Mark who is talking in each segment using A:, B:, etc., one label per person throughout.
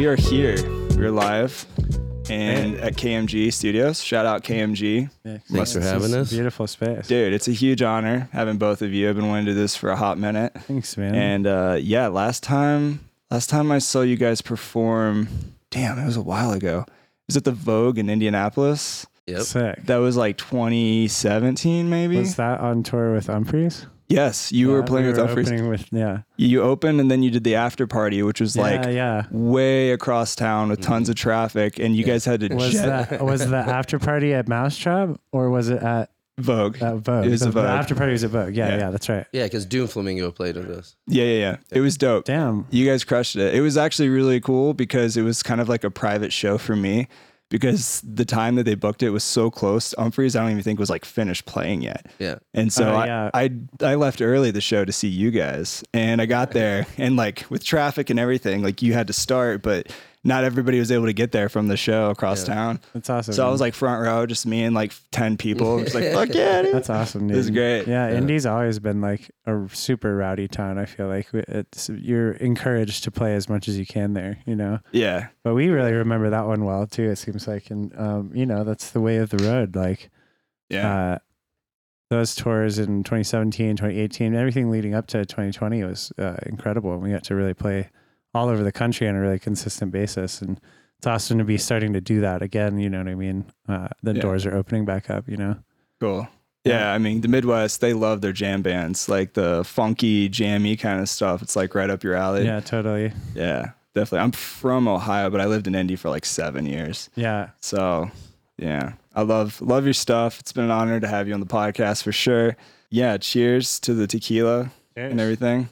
A: are here. We're live and at KMG Studios. Shout out KMG.
B: Thanks for having us.
C: Beautiful space.
A: Dude, it's a huge honor having both of you. I've been wanting to do this for a hot minute.
C: Thanks, man.
A: And uh, yeah, last time last time I saw you guys perform, damn, it was a while ago. Was it the Vogue in Indianapolis?
B: Yep.
C: Sick.
A: That was like 2017 maybe?
C: was that on tour with Humphreys?
A: yes, you were
C: Yeah,
A: playing
C: we
A: with
C: were
A: Humphreys.
C: opening with yeah.
A: You opened and then you did the after party, which was like
C: yeah, yeah.
A: way across town with tons of traffic, and you guys had to
C: Was
A: jet
C: that was the after party at Mousetrap or was it at,
A: Vogue.
C: at Vogue?
A: It was
C: the,
A: at Vogue.
C: the after party was at Vogue. Yeah,
A: Yeah.
C: yeah, that's right.
B: Yeah, because Doom Flamingo played with us.
A: yeah, yeah, yeah. It was dope.
C: Damn.
A: You guys crushed it. It was actually really cool because it was kind of like a private show for me because the time that they booked it was so close. Humphreys, I don't even think was like finished playing yet.
B: Yeah.
A: And so
C: Oh,
A: I,
C: yeah.
A: I I left early the show to see you guys, and I got there, and like with traffic and everything, like you had to start, but not everybody was able to get there from the show across town.
C: That's awesome.
A: So I was like front row, just me and like ten people. Just like fuck yeah, dude.
C: that's awesome. Dude.
A: It was great.
C: Yeah, Indy's always been like a super rowdy town. I feel like it's you're encouraged to play as much as you can there. You know,
A: yeah,
C: But we really remember that one well too. It seems like, and um, you know, that's the way of the road. Like
A: yeah,
C: uh, those tours in 2017, 2018, everything leading up to 2020 was uh, incredible, and we got to really play all over the country on a really consistent basis. And it's awesome to be starting to do that again. You know what I mean? Uh, the
A: Yeah.
C: doors are opening back up. You know,
A: cool. Yeah, I mean the Midwest, they love their jam bands, like the funky, jammy kind of stuff. It's like right up your alley.
C: yeah, totally.
A: yeah, definitely. I'm from Ohio, but I lived in Indy for like seven years.
C: Yeah,
A: So, yeah, I love love your stuff. It's been an honor to have you on the podcast for sure. Yeah, cheers to the tequila and everything,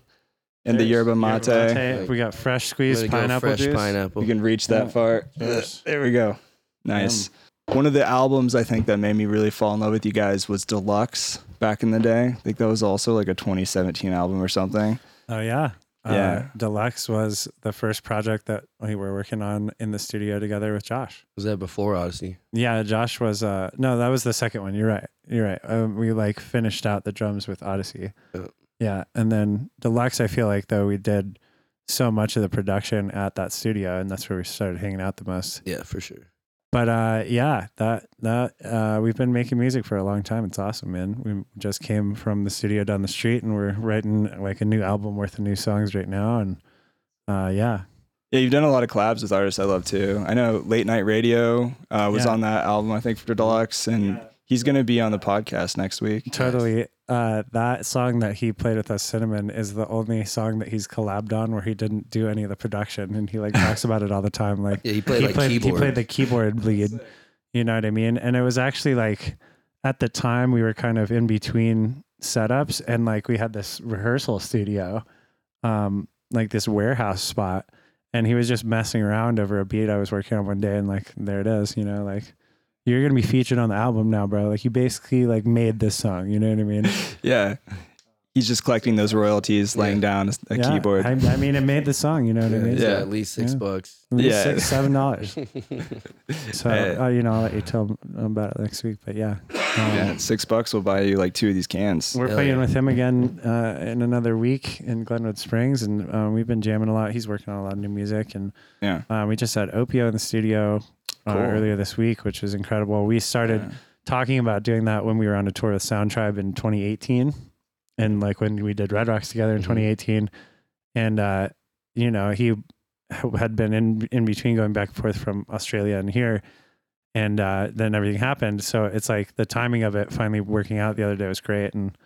A: and the yerba mate.
C: We got fresh
B: Way
C: squeezed
B: to go,
C: pineapple
B: fresh
C: juice.
B: pineapple.
A: You can reach that
C: Yeah.
A: far.
C: Yes.
A: There we go. Nice. One of the albums I think that made me really fall in love with you guys was Deluxe back in the day. I think that was also like a 2017 album or something.
C: Oh yeah.
A: Yeah.
C: Uh, Deluxe was the first project that we were working on in the studio together with Josh.
B: Was that before Odyssey?
C: Yeah, Josh was uh no, that was the second one. You're right. You're right. Um, we like finished out the drums with Odyssey.
B: Yeah.
C: Yeah, and then Deluxe I feel like though we did so much of the production at that studio and that's where we started hanging out the most.
B: Yeah, for sure.
C: But uh yeah, that that uh we've been making music for a long time. It's awesome, man. We just came from the studio down the street and we're writing like a new album worth of new songs right now and uh yeah,
A: Yeah, you've done a lot of collabs with artists I love too. I know Late Night Radio uh, was
C: Yeah.
A: on that album, I think, for Deluxe, and he's going to be on the podcast next week.
C: Totally. Uh, that song that he played with us, Cinnamon, is the only song that he's collabed on where he didn't do any of the production, and he like talks about it all the time. Like
B: Yeah, he played
C: he
B: like
C: played,
B: keyboard.
C: he played the keyboard lead. You know what I mean? And it was actually like at the time we were kind of in between setups, and like we had this rehearsal studio, um, like this warehouse spot, and he was just messing around over a beat I was working on one day, and like there it is. You know, like. You're gonna be featured on the album now, bro. Like you basically like made this song. You know what I mean?
A: Yeah. He's just collecting those royalties, laying down a
C: Yeah,
A: keyboard.
C: I, I mean, it made the song. You know what I mean?
B: He's
A: Yeah.
B: got at least six
C: Yeah.
B: bucks.
C: It was
A: Yeah.
C: six, seven dollars. So
A: Hey.
C: uh, you know, I'll let you tell him about it next week. But yeah, um,
A: yeah, six bucks will buy you like two of these cans.
C: we're
B: Hell
C: playing
B: yeah.
C: with him again uh, in another week in Glenwood Springs, and um, we've been jamming a lot. He's working on a lot of new music, and
A: Yeah.
C: uh, we just had Opio in the studio uh,
A: Cool.
C: earlier this week, which was incredible. We started talking about doing that when we were on a tour with Sound Tribe in 2018, and like when we did Red Rocks together in
B: Mhm.
C: 2018, and uh, you know he had been in in between going back and forth from Australia and here, and uh, then everything happened. So it's like the timing of it finally working out the other day was great, and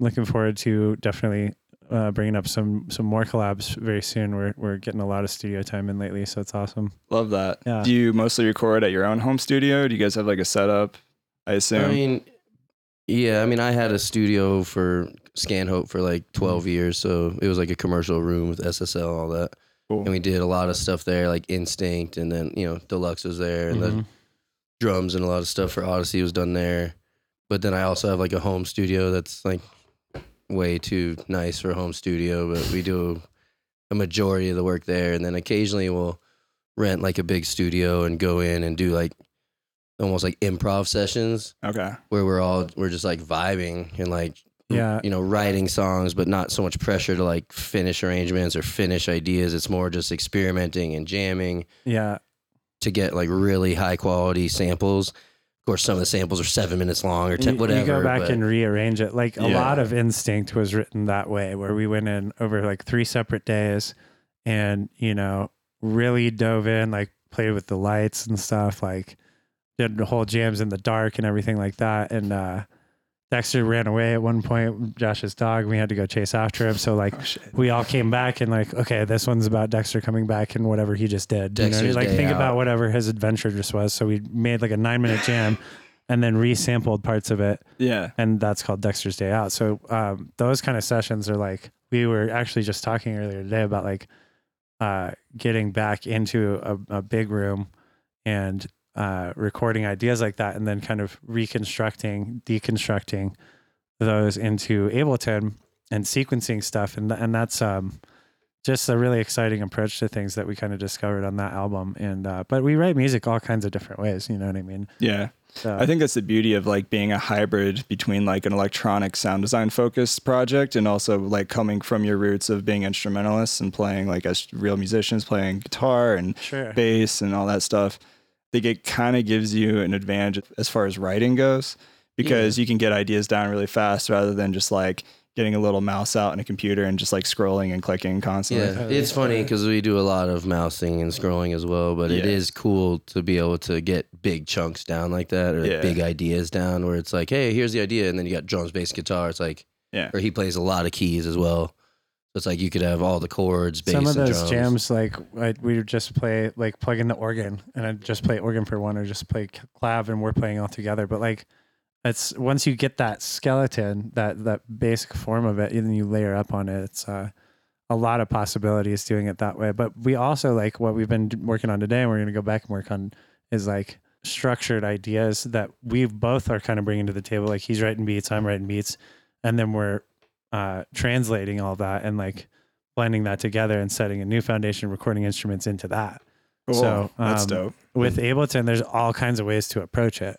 C: looking forward to definitely. Uh, bringing up some some more collabs very soon. We're we're getting a lot of studio time in lately, so it's awesome.
A: Love that.
C: Yeah.
A: Do you mostly record at your own home studio? Do you guys have like a setup? I assume.
B: I mean, yeah, I mean, I had a studio for Scanhope for like
C: Mm.
B: 12 years. So it was like a commercial room with SSL, all that.
A: Cool.
B: And we did a lot of stuff there, like Instinct, and then, you know, Deluxe was there, and then
C: Mhm.
B: drums and a lot of stuff for Odyssey was done there. But then I also have like a home studio that's like way too nice for a home studio, but we do a majority of the work there. And then occasionally we'll rent like a big studio and go in and do like almost like improv sessions
A: okay.
B: where we're all we're just like vibing and like
C: Yeah.
B: you know, writing songs, but not so much pressure to like finish arrangements or finish ideas. It's more just experimenting and jamming
C: Yeah.
B: to get like really high quality samples. Of course, some of the samples are seven minutes long or
C: You-
B: ten,
C: you,
B: whatever.
C: go back
B: but
C: and rearrange it. Like a
B: Yeah.
C: lot of Instinct was written that way, where we went in over like three separate days and, you know, really dove in, like played with the lights and stuff, like did the whole jams in the dark and everything like that. And uh, Dexter ran away at one point, Josh's dog. We had to go chase after him. So, like,
A: Oh shit.
C: we all came back and like, okay, this one's about Dexter coming back and whatever he just did. You know,
B: Dexter's
C: like
B: day
C: think
B: out.
C: about whatever his adventure just was. So we made like a nine minute jam and then resampled parts of it.
A: Yeah.
C: And that's called Dexter's Day Out. So um, those kind of sessions are like, we were actually just talking earlier today about like uh, getting back into a, a big room and uh, recording ideas like that and then kind of reconstructing, deconstructing those into Ableton and sequencing stuff. And, th- and that's um, just a really exciting approach to things that we kind of discovered on that album. And, uh, but we write music all kinds of different ways. You know what I mean?
A: Yeah.
C: So,
A: I think that's the beauty of like being a hybrid between like an electronic sound design focused project and also like coming from your roots of being instrumentalists and playing like as real musicians playing guitar and
C: sure.
A: bass and all that stuff. I think it kind of gives you an advantage as far as writing goes because you can get ideas down really fast rather than just like getting a little mouse out in a computer and just like scrolling and clicking constantly.
C: uh,
B: yeah, it's funny because we do a lot of mousing and scrolling as well, but it
A: Yeah.
B: is cool to be able to get big chunks down like that or like,
A: Yeah.
B: big ideas down where it's like, hey, here's the idea, and then you got drums, bass, guitar. It's like,
A: Yeah.
B: or he plays a lot of keys as well. So it's like you could have all the chords, bass,
C: some of
B: and
C: those
B: drums.
C: jams like I, we would just play like plug in the organ and i'd just play organ for one or just play c- clav and we're playing all together but like it's once you get that skeleton that that basic form of it and then you layer up on it it's uh, a lot of possibilities doing it that way but we also like what we've been d- working on today and we're going to go back and work on is like structured ideas that we both are kind of bringing to the table like he's writing beats i'm writing beats and then we're uh, translating all that and like blending that together and setting a new foundation recording instruments into that
A: Cool.
C: So,
A: that's
C: um,
A: dope.
B: Hmm.
C: with ableton there's all kinds of ways to approach it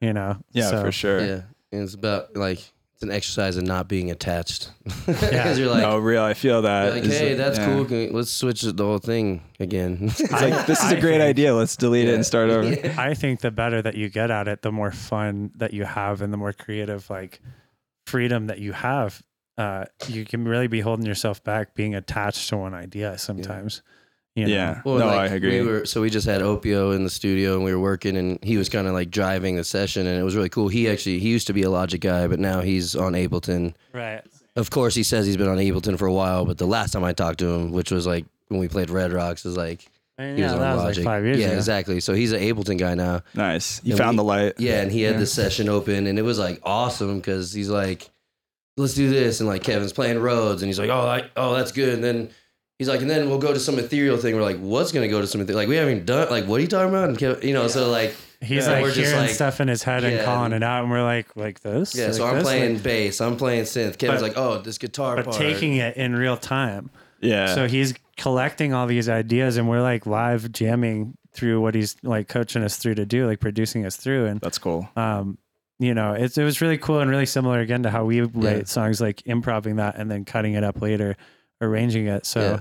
C: you know
A: Yeah,
C: So-
A: for sure.
B: Yeah, and it's about like it's an exercise of not being attached. Because
C: Yeah.
B: you're like,
A: no, real. I feel that.
B: you're like,
A: It's-
B: hey, that's
A: yeah.
B: cool. Can we- Let's switch the whole thing again.
A: It's like this is a great idea. Let's delete it and start over.
C: i think the better that you get at it the more fun that you have and the more creative like freedom that you have uh, you can really be holding yourself back being attached to one idea sometimes you know?
A: Yeah.
B: Well,
A: no,
B: like,
A: I agree.
B: We were, so we just had Opio in the studio and we were working and he was kind of like driving the session and it was really cool. He actually he used to be a Logic guy, but now he's on Ableton.
C: right
B: Of course, he says he's been on Ableton for a while, but the last time I talked to him, which was like when we played Red Rocks, is like
C: And
B: he
C: yeah
B: was on
C: that was
B: Logic.
C: like five years
B: yeah,
C: ago
B: exactly. So he's an Ableton guy now.
A: nice. You
B: And
A: found
B: we-
A: the light.
B: Yeah, and he had this session open, and it was like awesome because he's like, "Let's do this," and like Kevin's playing Rhodes, and he's like, "Oh, I, oh, that's good." And then he's like, "And then we'll go to some ethereal thing." We're like, "What's gonna go to some ethereal? Like, we haven't even done. Like, what are you talking about?" And Kevin, you know, so like,
C: he's
B: Yeah,
C: like
B: we're just
C: hearing
B: like-
C: stuff in his head and
B: Yeah.
C: calling it out and we're like like this
B: yeah. so
C: Like
B: I'm
C: this? Like-
B: playing bass, I'm playing synth. Kevin's
C: But-
B: like, "Oh, this guitar
C: but
B: part."
C: taking it in real time.
A: Yeah.
C: So he's collecting all these ideas, and we're like live jamming through what he's like coaching us through to do, like producing us through. And
A: that's cool.
C: um, you know, it's it was really cool and really similar again to how we write
B: Yeah.
C: songs, like improvising that and then cutting it up later, arranging it. So
B: Yeah.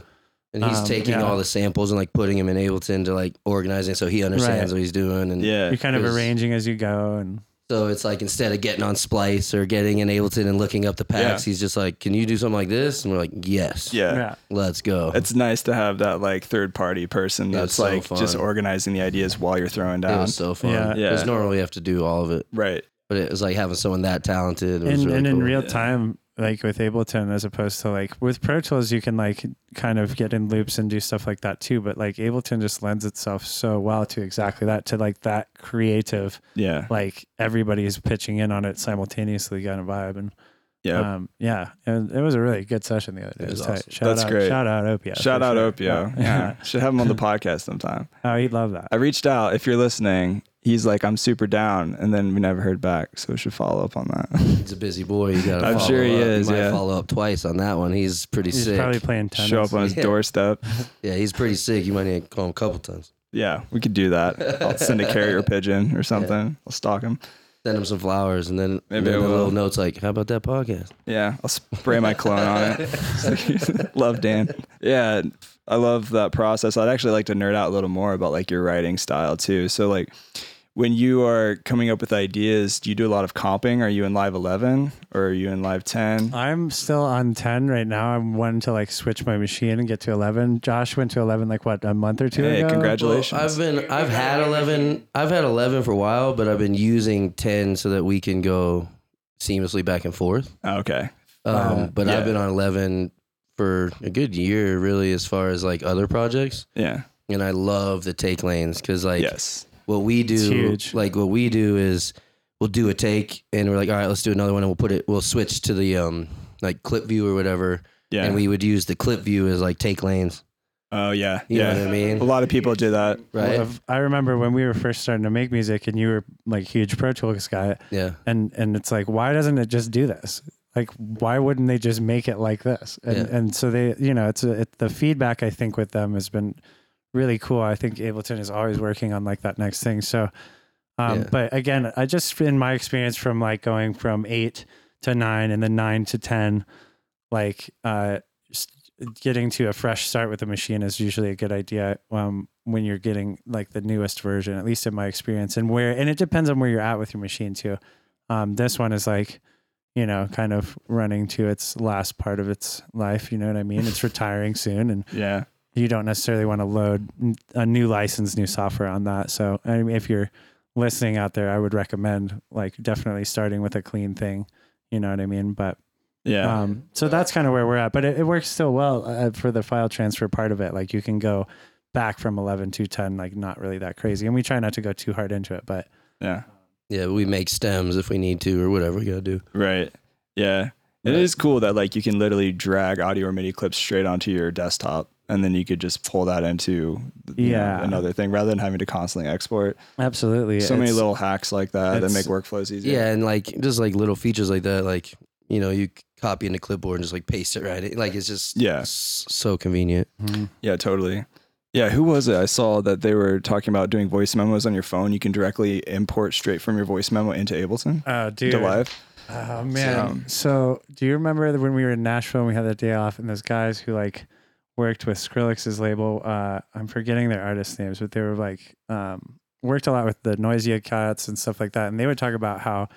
B: and he's
C: um,
B: taking
C: yeah.
B: all the samples and like putting them in Ableton to like organizing, so he understands
C: Right.
B: what he's doing. And
A: Yeah.
C: you're kind of
B: It was-
C: arranging as you go, and
B: So it's like instead of getting on Splice or getting in Ableton and looking up the packs, he's just like, "Can you do something like this?" And we're like, "Yes,
A: Yeah.
C: yeah,
B: let's go."
A: It's nice to have that like third party person
B: Yeah,
A: that's
B: it's so
A: like just
B: fun.
A: organizing the ideas while you're throwing
B: it
A: down.
B: was so fun.
C: Yeah.
A: Yeah.
B: Because normally you have to do all of it,
A: right.
B: but it was like having someone that talented. It was
C: and,
B: really
C: and in
B: cool.
C: real
A: Yeah.
C: time like with ableton as opposed to like with pro tools you can like kind of get in loops and do stuff like that too but like ableton just lends itself so well to exactly that to like that creative
A: Yeah.
C: like everybody's pitching in on it simultaneously kind of vibe and
A: Yeah.
C: um yeah and it was a really good session the other day
B: It
C: it was
B: was
C: tight.
B: awesome.
C: shout
A: That's
C: out
A: great.
C: shout out opio
A: Shout
C: for
A: out
C: sure.
A: Opio. Yeah.
C: yeah
A: Should have him on the podcast sometime.
C: oh he'd love that
A: I reached out. If you're listening, he's like, I'm super down. And then we never heard back. So we should follow up on that.
B: he's a busy boy. You gotta.
A: I'm
B: follow
A: sure he
B: up. You
A: is,
B: might
A: yeah.
B: follow up twice on that one. He's pretty
C: he's
B: sick.
C: probably playing tennis
A: Show up on his
B: Yeah.
A: doorstep.
B: yeah, he's pretty sick. You might need to call him a couple times.
A: Yeah, we could do that. I'll send a carrier pigeon or something. I'll stalk him.
B: send him some flowers, and then
A: Maybe
B: and
A: I
B: then the
A: will.
B: little notes like, "How about that podcast?"
A: Yeah, I'll spray my clone on it. love Dan. Yeah, I love that process. I'd actually like to nerd out a little more about like your writing style too. So like when you are coming up with ideas, do you do a lot of comping? Are you in live 11 or are you in live 10?
B: Uh,
C: I'm still on 10 right now. I'm wanting to like switch my machine and get to 11. Josh went to 11 like what, a month or two
A: Hey,
C: ago?
B: Well,
A: congratulations.
B: I've been, I've had eleven, I've had eleven for a while, but I've been using ten so that we can go seamlessly back and forth.
A: Oh, okay.
B: Um,
A: Wow.
B: but
A: Uh-huh. Yeah.
B: I've been on eleven for a good year, really, as far as like other projects.
A: Yeah.
B: And I love the take lanes because like
A: yes.
B: what we do,
C: huge.
B: like what we do is we'll do a take and we're like, all right, let's do another one, and we'll put it, we'll switch to the um like clip view or whatever,
A: Yeah.
B: and we would use the clip view as like take lanes.
A: oh yeah.
B: You
A: Yeah.
B: know what I
A: A
B: mean?
A: lot of people do that.
B: Right?
C: Well, if- I remember when we were first starting to make music and you were like huge Pro Tools guy
B: yeah.
C: and and it's like why doesn't it just do this? Like why wouldn't they just make it like this? And
B: Yeah.
C: and so they, you know, it's a, it, the feedback I think with them has been really cool. I think Ableton is always working on like that next thing. So um
B: Yeah.
C: but again, I just in my experience from like going from 8 to 9 and then 9 to 10 like uh just getting to a fresh start with a machine is usually a good idea um when you're getting like the newest version at least in my experience and where and it depends on where you're at with your machine too um this one is like you know kind of running to its last part of its life you know what i mean it's retiring soon and
A: Yeah.
C: you don't necessarily want to load n- a new license, new software on that. So, I mean, if you're listening out there, I would recommend like definitely starting with a clean thing. You know what I mean? But
B: Uh,
A: Yeah.
C: um, so that's kind of where we're at. But it, it works still well uh, for the file transfer part of it. Like you can go back from 11 to 10, like not really that crazy. And we try not to go too hard into it, but
A: yeah.
B: Yeah, we make stems if we need to or whatever we gotta do.
A: Right. Yeah. It
B: Right.
A: is cool that like you can literally drag audio or MIDI clips straight onto your desktop and then you could just pull that into you know,
C: Yeah.
A: another thing rather than having to constantly export.
C: absolutely.
A: so many little hacks like that that
C: it's-
A: make workflows easier.
B: Yeah, and like just like little features like that, like you know, you c- copy in the clipboard and just like paste it right. in. Like it's just
A: Yeah.
B: s- so convenient.
C: Mm-hmm.
A: Yeah, totally. Yeah, who was it? I saw that they were talking about doing voice memos on your phone. You can directly import straight from your voice memo into Ableton.
C: Oh, dude.
A: Into live.
C: Oh man! So, do you remember that when we were in Nashville and we had that day off, and those guys who like worked with Skrillex's label? Uh, I'm forgetting their artist names, but they were like um, worked a lot with the Noisia Cats and stuff like that, and they would talk about how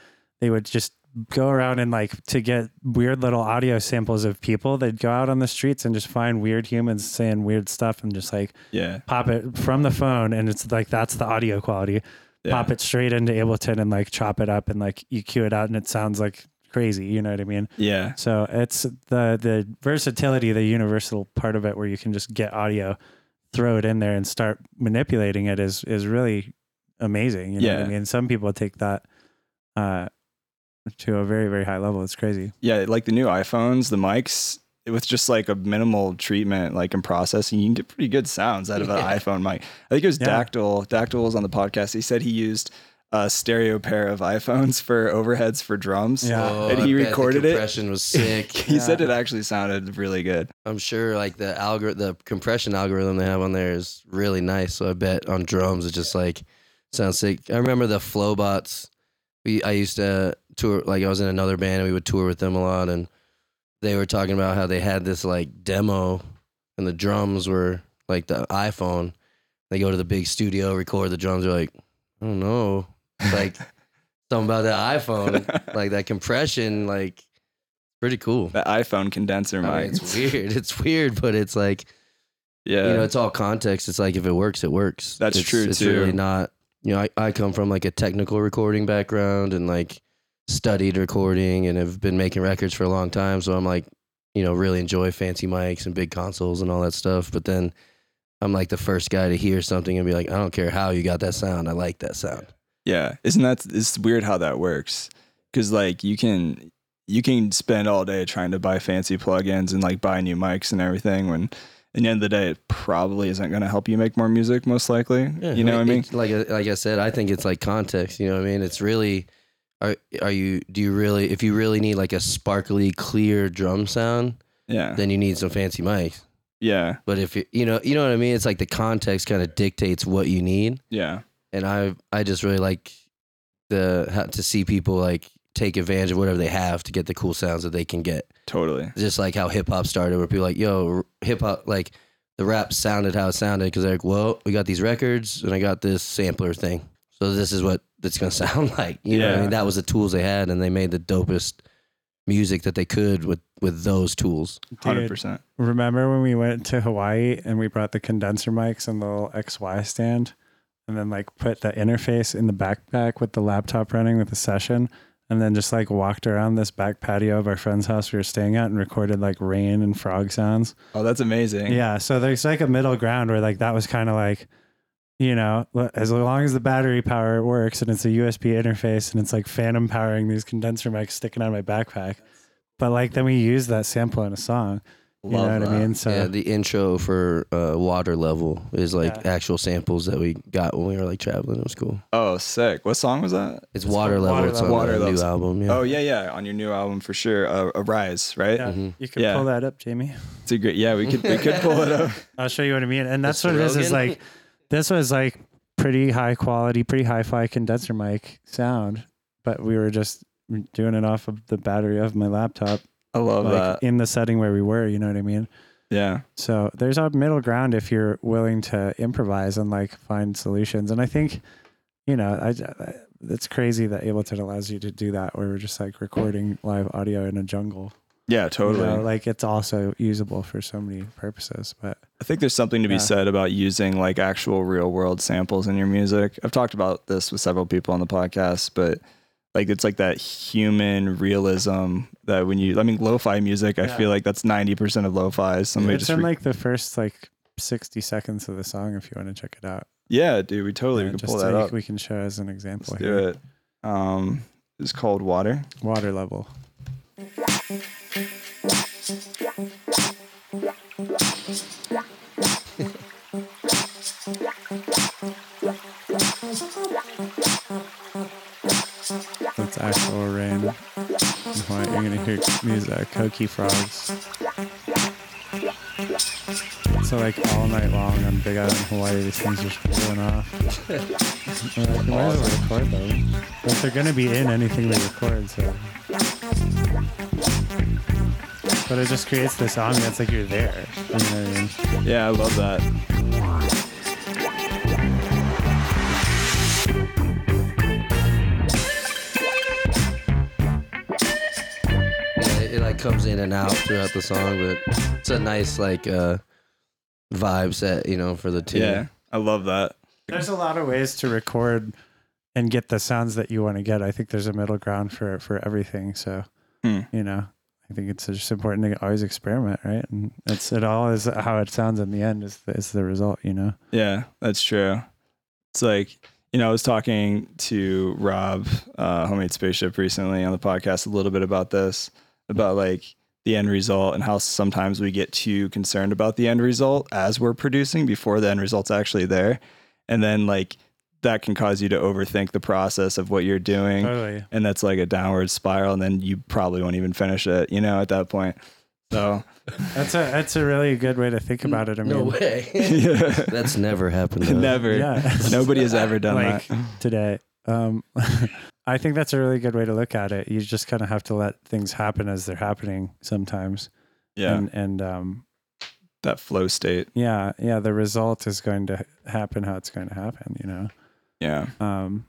C: they would just go around and like to get weird little audio samples of people. They'd go out on the streets and just find weird humans saying weird stuff, and just like
A: Yeah.
C: pop it from the phone, and it's like that's the audio quality
A: yeah.
C: pop it straight into Ableton and like chop it up and like EQ it out and it sounds like crazy. You know what I mean?
A: Yeah.
C: So it's the the versatility, the universal part of it where you can just get audio, throw it in there and start manipulating it is is really amazing. You know what
A: Yeah.
C: I mean? Some people take that uh to a very, very high level. It's crazy.
A: Yeah. Like the new iPhones, the mics, with just like a minimal treatment, like in processing, you can get pretty good sounds out of an
B: Yeah.
A: iPhone mic. I think it was
C: Yeah.
A: Dactyl. Dactyl was on the podcast. He said he used a stereo pair of iPhones for overheads for drums.
C: Yeah.
A: Uh, And
B: Oh, I
A: he
B: bet
A: recorded
B: the
A: it.
B: compression was sick.
A: he said it actually sounded really good.
B: I'm sure like the algor the compression algorithm they have on there is really nice. So I bet on drums it just like sounds sick. I remember the Flowbots. We I used to tour like I was in another band and we would tour with them a lot and they were talking about how they had this like demo and the drums were like the iPhone. They go to the big studio, record the drums, they're like, I don't know. It's like oh. something about that iPhone. Like that compression, like pretty cool.
A: The iPhone condenser
B: I mean,
A: mic.
B: it's weird. It's weird, but it's like
A: Yeah.
B: you know, it's all context. It's like if it works, it works.
A: That's
B: It's-
A: true,
B: It's
A: too.
B: really not. You know, I, I come from like a technical recording background and like studied recording and have been making records for a long time. So I'm like, you know, really enjoy fancy mics and big consoles and all that stuff. But then I'm like the first guy to hear something and be like, I don't care how you got that sound. I like that sound.
A: Yeah, isn't that it's weird how that works? Because like you can you can spend all day trying to buy fancy plugins and like buy new mics and everything when. In the end of the day, it probably isn't going to help you make more music, most likely. you know what I mean?
B: it's Like uh, like I said, I think it's like context. You know what I mean? It's really are are you do you really if you really need like a sparkly clear drum sound,
A: Yeah.
B: then you need some fancy mics.
A: Yeah.
B: But if you you know you know what I mean, it's like the context kind of dictates what you need.
A: Yeah.
B: And I I just really like the how to see people like take advantage of whatever they have to get the cool sounds that they can get.
A: Totally.
B: Just like how hip hop started, where people like, yo, hip hop, like the rap sounded how it sounded because they're like, well, we got these records and I got this sampler thing. So this is what it's going to sound like. You know what I
A: Yeah.
B: mean? That was the tools they had and they made the dopest music that they could with, with those tools.
A: Hundred percent.
C: Remember when we went to Hawaii and we brought the condenser mics and the little XY stand and then like put the interface in the backpack with the laptop running with the session and then just like walked around this back patio of our friend's house we were staying at and recorded like rain and frog sounds.
A: Oh, that's amazing.
C: Yeah. So there's like a middle ground where like that was kind of like, you know, l- as long as the battery power works and it's a USB interface and it's like phantom powering these condenser mics sticking out of my backpack. But like then we used that sample in a song. You know
A: Love
C: what I
A: that.
C: mean? So
B: yeah, the intro for uh, Water Level is like
C: Yeah.
B: actual samples that we got when we were like traveling. It was cool.
A: Oh, sick. What song was that?
B: It's, Water
C: called
B: Level.
C: Water
B: it's
C: Level.
B: on
A: Water
B: the new
A: Level.
B: album. Yeah.
A: Oh yeah, yeah. On your new album for sure. Uh, Arise, right?
C: Yeah,
B: Mhm.
C: You
A: Mm-hmm.
C: could
A: Yeah.
C: pull that up, Jamie.
A: It's a great. Yeah, we could we could pull it up.
C: I'll show you what I mean. And that's
B: The
C: what it is. Is
B: Sorokin?
C: like this was like pretty high quality, pretty hi-fi condenser mic sound, but we were just doing it off of the battery of my laptop,
A: I love
C: like
A: that.
C: in the setting where we were. You know what I mean?
A: Yeah.
C: So there's a middle ground if you're willing to improvise and like find solutions. And I think, you know, I. I it's crazy that Ableton allows you to do that, where we're just like recording live audio in a jungle.
A: Yeah.
C: you
A: Totally.
C: know? like it's also usable for so many purposes. But
A: I think there's something to be
C: Yeah.
A: said about using like actual real world samples in your music. I've talked about this with several people on the podcast, but like it's like that human realism that when you, I mean, lo-fi music, I
C: Yeah.
A: feel like that's 90% of lo-fi. is Somebody
C: it's
A: just,
C: in
A: re-
C: like the first like 60 seconds of the song if you want to check it out
A: yeah, dude, we totally
C: Yeah,
A: we can
C: just
A: pull
C: so
A: that
C: you-
A: up.
C: we can show as an example
A: Let's
C: here.
A: do it. Um, it's called water.
C: water level That's actual rain. Why you're gonna hear music, Koki frogs. So like all night long on Big Island Hawaii, these things just blowing off. We're like, we might as well record them. But they're gonna be in anything we record, so. But it just creates this ambiance like you're there. You know what I mean?
A: Yeah. I love that.
B: Yeah, it, it like comes in and out throughout the song, but it's a nice like uh vibe set, you know, for the tune.
A: Yeah. I love that.
C: There's a lot of ways to record and get the sounds that you want to get. I think there's a middle ground for for everything. So
A: Hmm.
C: you know, I think it's just important to always experiment, right? And it's it all is how it sounds in the end is the, is the result. You know,
A: Yeah, that's true. It's like, you know, I was talking to Rob, uh, Homemade Spaceship, recently on the podcast a little bit about this, about like the end result and how sometimes we get too concerned about the end result as we're producing before the end result's actually there. And then like that can cause you to overthink the process of what you're doing
C: totally.
A: and that's like a downward spiral and then you probably won't even finish it, you know, at that point. So
C: That's a that's a really good way to think about it. I mean,
B: No way.
A: yeah.
B: That's never happened. though.
A: never
C: yeah,
A: nobody has ever done
C: like
A: that.
C: today. Um, I think that's a really good way to look at it. You just kind of have to let things happen as they're happening sometimes,
A: Yeah.
C: and and um,
A: that flow state.
C: yeah yeah the result is going to happen how it's going to happen you know
A: Yeah.
C: um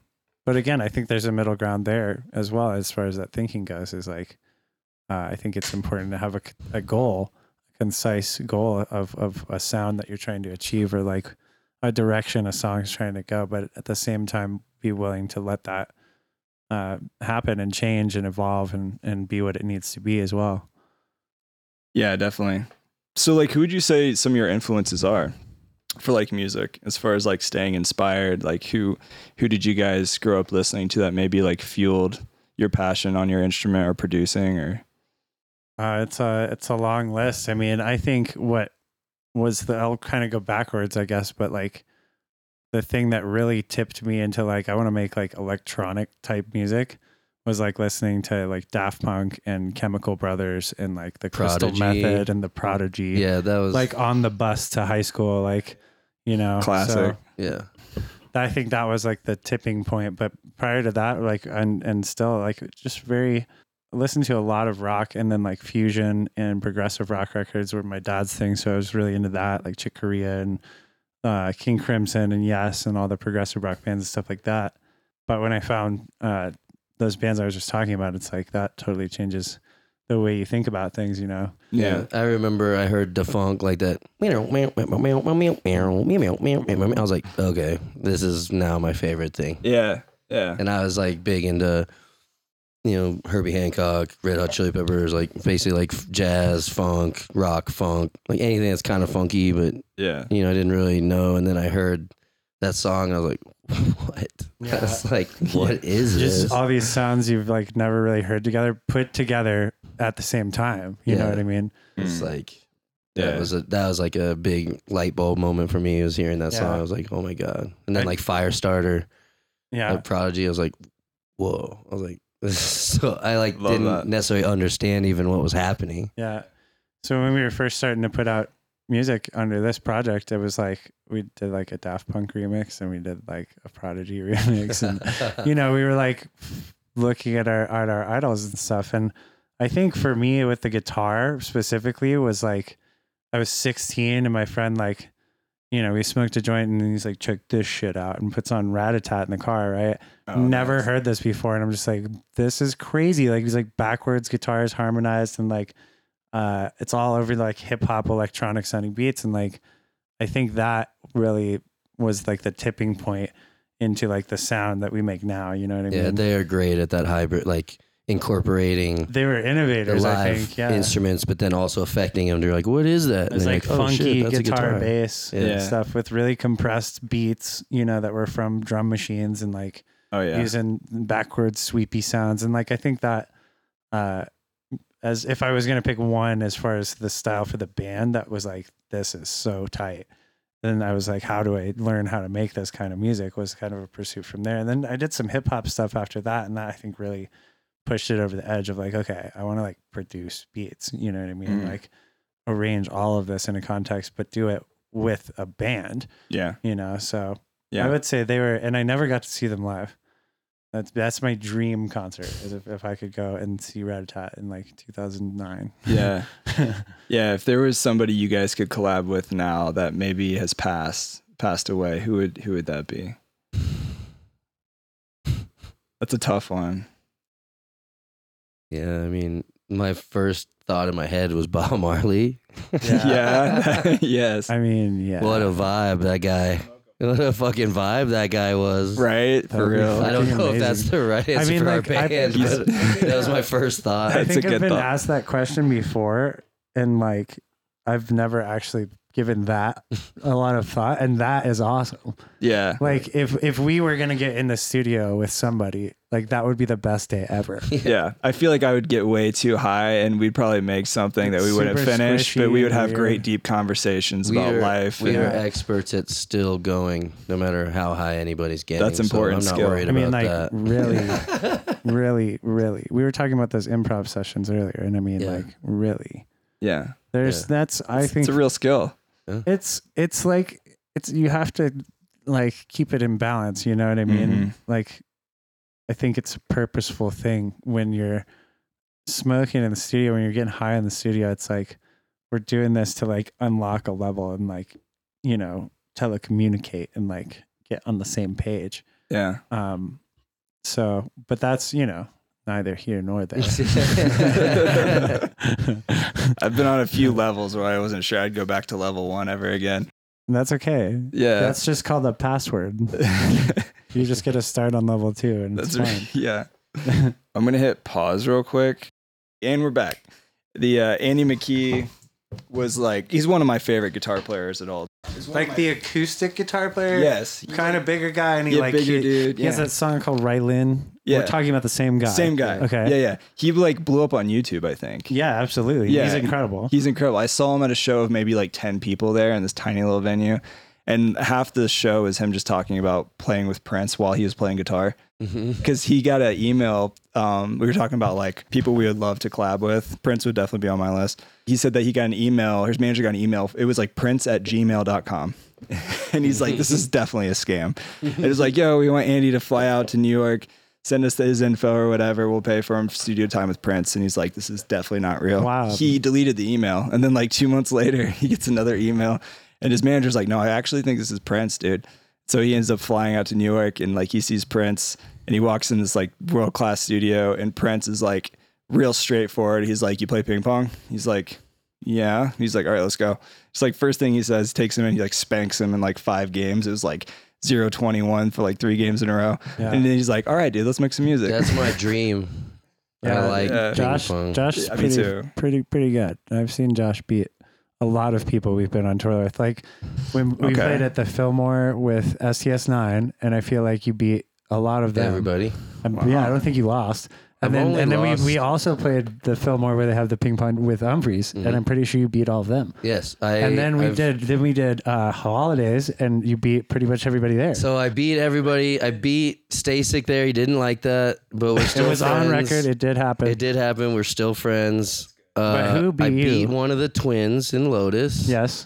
C: but again i think there's a middle ground there as well as far as that thinking goes is like uh, i think it's important to have a, c- a goal a concise goal of of a sound that you're trying to achieve or like a direction a song's trying to go but at the same time be willing to let that uh, happen and change and evolve and and be what it needs to be as well
A: Yeah, definitely. So like who would you say some of your influences are for like music as far as like staying inspired? Like who who did you guys grow up listening to that maybe like fueled your passion on your instrument or producing or
C: Uh, it's a it's a long list. I mean, I think what was the I'll kind of go backwards, I guess, but like the thing that really tipped me into like I want to make like electronic type music was like listening to like Daft Punk and Chemical Brothers and like the Crystal
B: Prodigy.
C: Method and the Prodigy,
B: Yeah, that was like
C: like on the bus to high school, like you know, so-
A: classic?
B: yeah.
C: I think that was like the tipping point. But prior to that, like and and still like just very listened to a lot of rock and then like fusion and progressive rock records were my dad's thing. So I was really into that, like Chick Corea and uh, King Crimson and Yes and all the progressive rock bands and stuff like that. But when I found uh, those bands I was just talking about, it's like that totally changes the way you think about things, you know?
A: Yeah.
B: I remember I heard Defunk like that. I was like, okay, this is now my favorite thing.
A: Yeah. Yeah.
B: And I was like big into, you know, Herbie Hancock, Red Hot Chili Peppers, like basically like f- jazz, funk, rock, funk, like anything that's kind of funky, but
A: Yeah.
B: you know, I didn't really know. And then I heard that song, and I was like, what?
C: Yeah.
B: I was like, what is this?
C: Just all these sounds you've like never really heard together put together at the same time. You know
B: Yeah.
C: what I mean?
B: It's
A: Mm.
B: like
A: yeah.
B: that was a, that was like a big light bulb moment for me. Was hearing that song,
C: Yeah.
B: I was like, oh my god. And then
C: I-
B: like Firestarter,
C: Yeah.
B: like Prodigy, I was like, whoa. I was like, so I like
A: Love
B: didn't
A: that.
B: necessarily understand even what was happening.
C: Yeah. So when we were first starting to put out music under this project, it was like we did like a Daft Punk remix and we did like a Prodigy remix and you know, we were like looking at our at our idols and stuff. And I think for me with the guitar specifically was like I was 16 and my friend like, you know, we smoked a joint and he's like, check this shit out and puts on Ratatat in the car, right?
A: Oh,
C: Never
A: nice.
C: heard this before. And I'm just like, this is crazy. Like these like backwards guitars harmonized and like uh it's all over like hip hop electronic sounding beats. And like I think that really was like the tipping point into like the sound that we make now. You know what I
B: yeah,
C: mean?
B: they are great at that hybrid, like incorporating
C: They were
B: the
C: innovators, I
B: live
C: think. Yeah.
B: instruments, but then also affecting them. They're like, what is that? And
C: It was
B: they're
C: like,
B: "Oh,
C: funky
B: shit, that's
C: guitar,
B: a
C: bass
B: Yeah.
C: and
A: Yeah.
C: stuff with really compressed beats, you know, that were from drum machines and like
A: Oh yeah.
C: using backwards sweepy sounds and like i think that uh as if i was going to pick one as far as the style for the band that was like this is so tight then i was like how do i learn how to make this kind of music was kind of a pursuit from there and then i did some hip hop stuff after that and that i think really pushed it over the edge of like okay i want to like produce beats you know what i mean
A: Mm.
C: like arrange all of this in a context but do it with a band
A: Yeah.
C: you know so
A: Yeah.
C: I would say they were, and I never got to see them live. That's that's my dream concert is if, if I could go and see Ratatat in like 2009.
A: Yeah. Yeah. If there was somebody you guys could collab with now that maybe has passed passed away, who would who would that be? That's a tough one.
B: Yeah, I mean, my first thought in my head was Bob Marley.
A: Yeah. yes.
C: I mean, yeah.
B: What a vibe that guy. What a fucking vibe that guy was.
A: right.
C: That
A: For
C: would be
A: real.
B: I don't know
C: Fucking
B: if that's the right answer
C: mean,
B: for
C: like,
B: our
C: I-
B: band,
A: He's-
B: but that was my first thought.
C: I
A: That's a
C: think I've
A: good
C: been
A: thought.
C: asked that question before, and like I've never actually given that a lot of thought, and that is awesome.
A: Yeah.
C: Like if if we were gonna get in the studio with somebody, like that would be the best day ever.
A: Yeah, I feel like I would get way too high, and we'd probably make something that we wouldn't
C: Super
A: finish.
C: squishy
A: But we would
C: and
A: have
C: weird.
A: great deep conversations
B: we
A: about
B: are,
A: life.
B: We
A: and-
B: are
C: Yeah.
B: experts at still going, no matter how high anybody's getting.
A: That's
B: so
A: important
B: I'm not
A: skill.
B: worried
C: I mean,
B: about
C: like
B: that.
C: really, really, really. We were talking about those improv sessions earlier, and I mean,
B: Yeah.
C: like really.
A: yeah,
C: There's
B: Yeah.
C: that's I
A: it's,
C: think
A: it's a real skill.
C: it's it's like it's you have to like keep it in balance. You know what I mean?
A: Mhm.
C: Like, I think it's a purposeful thing when you're smoking in the studio, when you're getting high in the studio. It's like we're doing this to like unlock a level and like you know telecommunicate and like get on the same page.
A: Yeah,
C: Um, so, but that's you know neither here nor there.
A: I've been on a few levels where I wasn't sure I'd go back to level one ever again.
C: And that's okay.
A: Yeah,
C: That's just called a password. You just get to start on level two, and it's
A: That's
C: fine.
A: yeah. I'm gonna hit pause real quick, and we're back. The uh, Andy McKee was like he's one of my favorite guitar players at all.
C: like the acoustic guitar player.
A: Yes,
C: Kind of bigger guy, and he
A: Yeah,
C: like
A: bigger
C: he,
A: dude,
C: he has
A: yeah.
C: that song called Rylin.
A: Yeah.
C: We're talking about the same guy.
A: Same guy.
C: Okay.
A: Yeah, yeah. He like blew up on YouTube, I think.
C: Yeah, absolutely.
A: Yeah.
C: He's incredible.
A: He's incredible. I saw him at a show of maybe like 10 people there in this tiny little venue. And half the show is him just talking about playing with Prince while he was playing guitar. Because he got an email. Um, we were talking about like people we would love to collab with. Prince would definitely be on my list. He said that he got an email, his manager got an email. It was like prince at gmail.com. and he's like, "This is definitely a scam." It was like, "Yo, we want Andy to fly out to New York, send us his info or whatever. We'll pay for him for studio time with Prince." And he's like, "This is definitely not real."
C: Wow.
A: He deleted the email, and then like two months later, he gets another email, and his manager's like, "No, I actually think this is Prince, dude." So he ends up flying out to New York, and like he sees Prince, and he walks in this like world class studio, and Prince is like real straightforward. He's like, "You play ping pong?" He's like, "Yeah." He's like, "All right, let's go." It's like first thing he says, takes him in, he like spanks him in like five games. It was like 0-21 for like three games in a row,
C: Yeah.
A: and then he's like, "All right, dude, let's make some music."
B: That's my dream.
C: Yeah,
B: I like
A: yeah.
B: ping
C: Josh,
B: pong.
C: Josh's
A: Yeah, me
C: pretty,
A: too.
C: pretty, pretty good. I've seen Josh beat a lot of people we've been on tour with. Like when we
A: Okay.
C: played at the Fillmore with STS9, and I feel like you beat a lot of them.
B: Everybody.
C: Um,
A: Wow.
C: Yeah, I don't think you lost. And
B: I've
C: then,
B: only
C: and then we,
B: lost-
C: we also played the Fillmore where they have the ping pong with Umphreys, and
B: Mhm.
C: I'm pretty sure you beat all of them.
B: Yes. I,
C: and then we
B: I've-
C: did then we did uh, holidays, and you beat pretty much everybody there.
B: So I beat everybody. I beat Stasic there. He didn't like that, but we're
C: it
B: still
C: was on
B: friends.
C: record. It did happen.
B: It did happen. We're still friends.
C: But
B: Uh,
C: who
B: I
C: beat you?
B: beat one of the twins in Lotus.
C: Yes,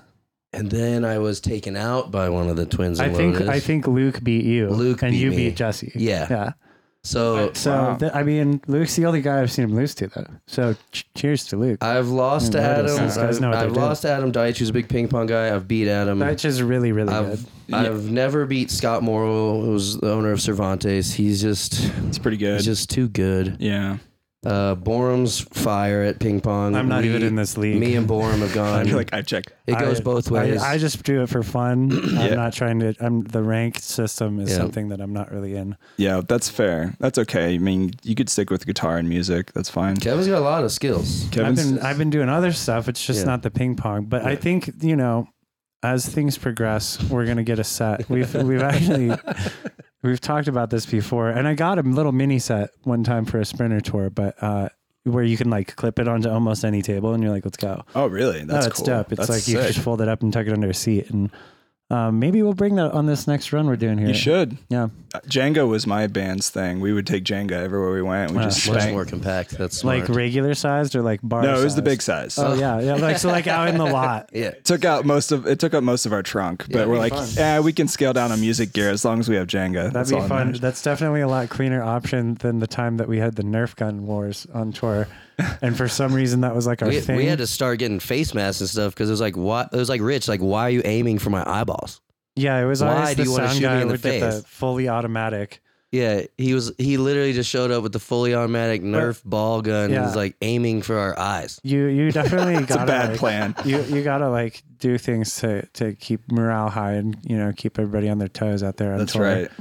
B: And then I was taken out by one of the twins in
C: I think
B: Lotus.
C: I think Luke beat you.
B: Luke
C: and
B: beat
C: you
B: me.
C: beat Jesse.
B: Yeah.
C: yeah.
B: so.
C: So
A: Wow.
C: th- I mean, Luke's the only guy I've seen him lose to though. So ch- cheers to Luke.
B: I've lost to
C: Mm, Lotus.
B: Adam.
C: These guys
B: I've,
C: know what
B: I've
C: they're doing.
B: lost to Adam Deitch, who's a big ping pong guy. I've beat Adam.
C: That's just really really
B: I've,
C: good.
B: I've never beat Scott Morrow, who's the owner of Cervantes. He's just
A: It's pretty good.
B: he's just too good.
A: yeah.
B: Uh, Borum's fire at ping pong.
C: I'm not
B: We-
C: even in this league.
B: Me and Borum have
A: I
B: gone.
A: feel like I checked.
B: it goes
C: I-
B: both
C: I-
B: ways.
C: I, just do it for fun.
A: Yeah.
C: I'm not trying to. I'm the rank system is
B: Yeah.
C: something that I'm not really in.
A: Yeah, that's fair. That's okay. I mean, you could stick with guitar and music. That's fine.
B: Kevin's got a lot of skills.
A: Kevin's
C: I've been I've been doing other stuff. It's just
B: Yeah.
C: not the ping pong. But I think you know, as things progress, we're gonna get a set. We've we've actually we've talked about this before, and I got a little mini set one time for a sprinter tour, but uh, where you can like clip it onto almost any table, and you're like, let's go.
A: Oh, really? That's
C: That's no, it's
A: cool.
C: dope. It's
A: That's
C: like you
A: sick.
C: just fold it up and tuck it under a seat, and um, maybe we'll bring that on this next run we're doing here.
A: You should.
C: Yeah.
A: Uh, Django was my band's thing. We would take Jenga everywhere we went. We
C: Wow.
A: just
B: Much
A: spanked.
B: more compact. That's
C: Like
B: smart.
C: regular sized or like bar.
A: No, it was the
C: sized?
A: big size.
C: Oh yeah, yeah. Like so, like out in the lot.
B: yeah.
A: Took out most of it. Took up most of our trunk, but
B: Yeah,
A: we're
B: it'd
A: like,
B: be fun.
A: yeah, we can scale down on music gear as long as we have Jenga.
C: That'd
A: That's all
C: be
A: that
C: fun.
A: matters.
C: That's definitely a lot cleaner option than the time that we had the Nerf gun wars on tour, and for some reason that was like our
B: We,
C: thing.
B: we had to start getting face masks and stuff because it was like why it was like Rich like why are you aiming for my eyeballs?
C: yeah, it was
B: Why
C: always
B: do
C: the
B: you wanna
C: sound
B: shoot me
C: guy
B: in the
C: would get the
B: face?
C: fully automatic.
B: Yeah, he was he literally just showed up with the fully automatic Nerf ball gun and
C: Yeah.
B: was like aiming for our eyes.
C: You you definitely
A: It's a
C: gotta
A: bad
C: like,
A: plan.
C: You you gotta like do things to to keep morale high and you know keep everybody on their toes out there on
A: That's
C: tour.
A: right.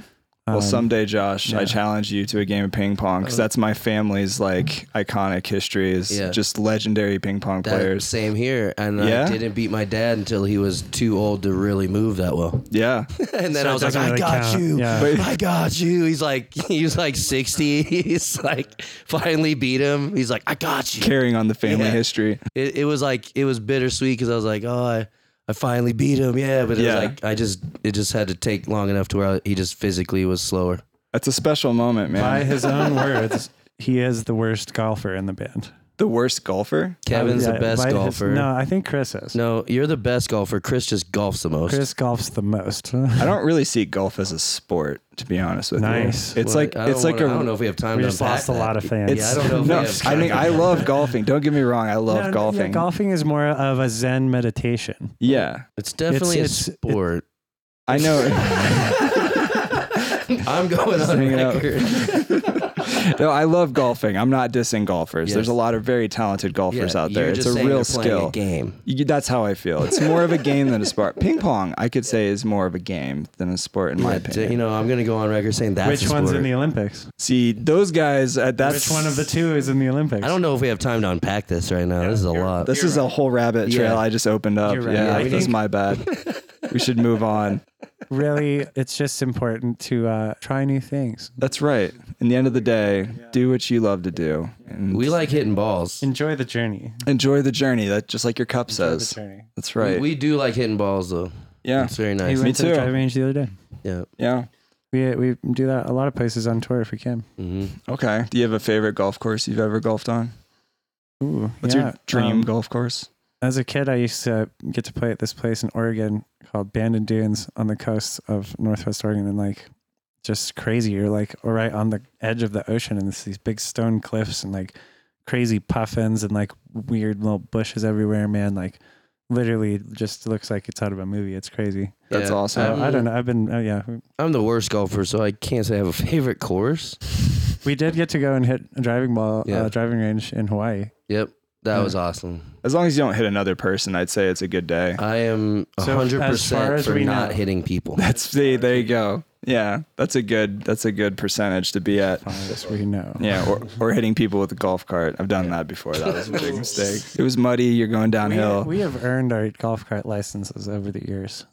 A: Well,
C: Um,
A: someday, Josh, I
C: yeah. Uh,
A: challenge you to a game of ping pong because that's my family's like iconic history is
B: Yeah.
A: just legendary ping pong
B: That
A: players.
B: same here, and
A: Yeah?
B: I didn't beat my dad until he was too old to really move that well.
A: Yeah,
B: And then
C: So
B: I
C: it
B: was like,
C: doesn't
B: I
C: really
B: got
C: count.
B: you,
C: Yeah.
A: But-
B: I got you. He's like, he was like sixty. He's like, finally beat him. He's like, I got you.
A: carrying on the family
B: Yeah.
A: history.
B: it, it was like it was bittersweet because I was like, oh, I, I finally beat him, yeah. But it
A: Yeah.
B: was like I just it just had to take long enough to where I, he just physically was slower.
A: That's a special moment, man.
C: By his own words, he is the worst golfer in the band.
A: The worst golfer?
B: Kevin's
C: Yeah,
B: the best
C: by his-
B: golfer.
C: no, I think Chris is.
B: No, you're the best golfer. Chris just golfs the most.
C: Chris golfs the most.
A: I don't really see golf as a sport, to be honest with
C: Nice.
A: you. It's
B: Well,
A: like
B: I don't
A: it's like
B: wanna-
A: a
B: I don't know if we have time.
C: we
B: to
C: just
B: unpack
C: lost a
B: that.
C: lot of fans.
A: it's-
B: I don't know if we
A: no,
B: have
A: I mean,
B: time.
A: I love golfing. Don't get me wrong. I love
C: No, no, yeah,
A: golfing.
C: golfing is more of a Zen meditation.
A: yeah,
B: It's definitely
C: it's-
B: a
C: it-
B: sport.
A: I know.
B: I'm going
A: Just
B: on
A: hanging out.
B: record.
A: no, I love golfing. I'm not dissing golfers.
B: Yes.
A: There's a lot of very talented golfers
B: Yeah,
A: out there.
B: you're
A: It's
B: just
A: a
B: saying
A: real
B: they're playing
A: skill.
B: A game.
A: You- That's how I feel. It's more of a game than a sport. Ping pong, I could say, is more of a game than a sport, in my
B: Yeah,
A: opinion.
B: you know, I'm going to go on record saying that's
C: Which
B: a
C: one's in
B: sport.
C: the Olympics?
A: See, those guys. Uh, that's
C: Which one of the two is in the Olympics?
B: I don't know if we have time to unpack this right now. this is a lot.
A: This is a whole rabbit
B: Yeah.
A: trail I just opened up.
C: You're right.
A: Yeah,
C: Yeah,
B: we
A: that's
C: think-
A: my bad. we should move on.
C: really. It's just important to uh, try new things,
A: That's right. In the end of the day, do what you love to do and
B: we like hitting balls.
C: enjoy the journey.
A: enjoy the journey. That just like your cup
C: Enjoy
A: says.
C: the journey.
A: That's right.
B: We do like hitting balls though.
A: yeah,
B: It's very
C: We
B: nice.
A: Me
C: went to
A: too.
C: the driving range the other day.
B: Yeah.
A: yeah.
C: We we do that a lot of places on tour if we can.
B: hmm
A: Okay. Do you have a favorite golf course you've ever golfed on?
C: Ooh,
A: What's
C: yeah.
A: your dream
C: Um,
A: golf course?
C: as a kid, I used to get to play at this place in Oregon called Bandon Dunes on the coast of Northwest Oregon, and like just crazy. You're like all right on the edge of the ocean, and it's these big stone cliffs and like crazy puffins and like weird little bushes everywhere. Man, like literally just looks like it's out of a movie. It's crazy.
A: That's
B: Yeah.
A: awesome.
C: So I don't know. I've been oh yeah.
B: I'm the worst golfer, so I can't say I have a favorite course.
C: We did get to go and hit a driving ball,
B: Yeah.
C: uh, driving range in Hawaii.
B: Yep, that
C: Yeah.
B: was awesome.
A: As long as you don't hit another person, I'd say it's a good day.
C: Uh,
B: I am
C: So, as
B: 100
C: far
B: percent
C: as
B: for
C: we
B: not
C: know-
B: hitting people.
A: That's
C: uh,
A: see, there you go. Yeah, that's a good that's a good percentage to be at.
C: Far as we know.
A: Yeah, or, or hitting people with a golf cart. I've done that before. That was a big mistake. It was muddy. You're going
C: We,
A: downhill.
C: we have earned our golf cart licenses over the years.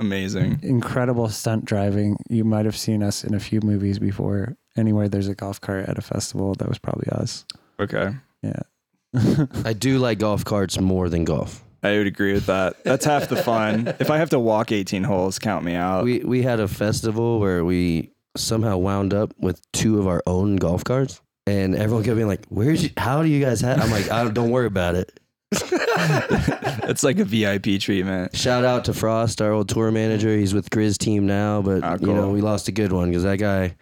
A: Amazing.
C: Incredible stunt driving. You might have seen us in a few movies before. Anywhere there's a golf cart at a festival, that was probably us.
A: Okay,
C: yeah,
B: I do like golf carts more than golf.
A: I would agree with that. That's half the fun. If I have to walk 18 holes, count me out.
B: We we had a festival where we somehow wound up with two of our own golf carts, and everyone kept being like, "Where's you, how do you guys have?" I'm like, I don't, "Don't worry about it."
A: it's like a VIP treatment.
B: Shout out to Frost, our old tour manager. He's with Grizz team now, but
A: Ah,
B: you know
A: cool.
B: we lost a good one because that guy,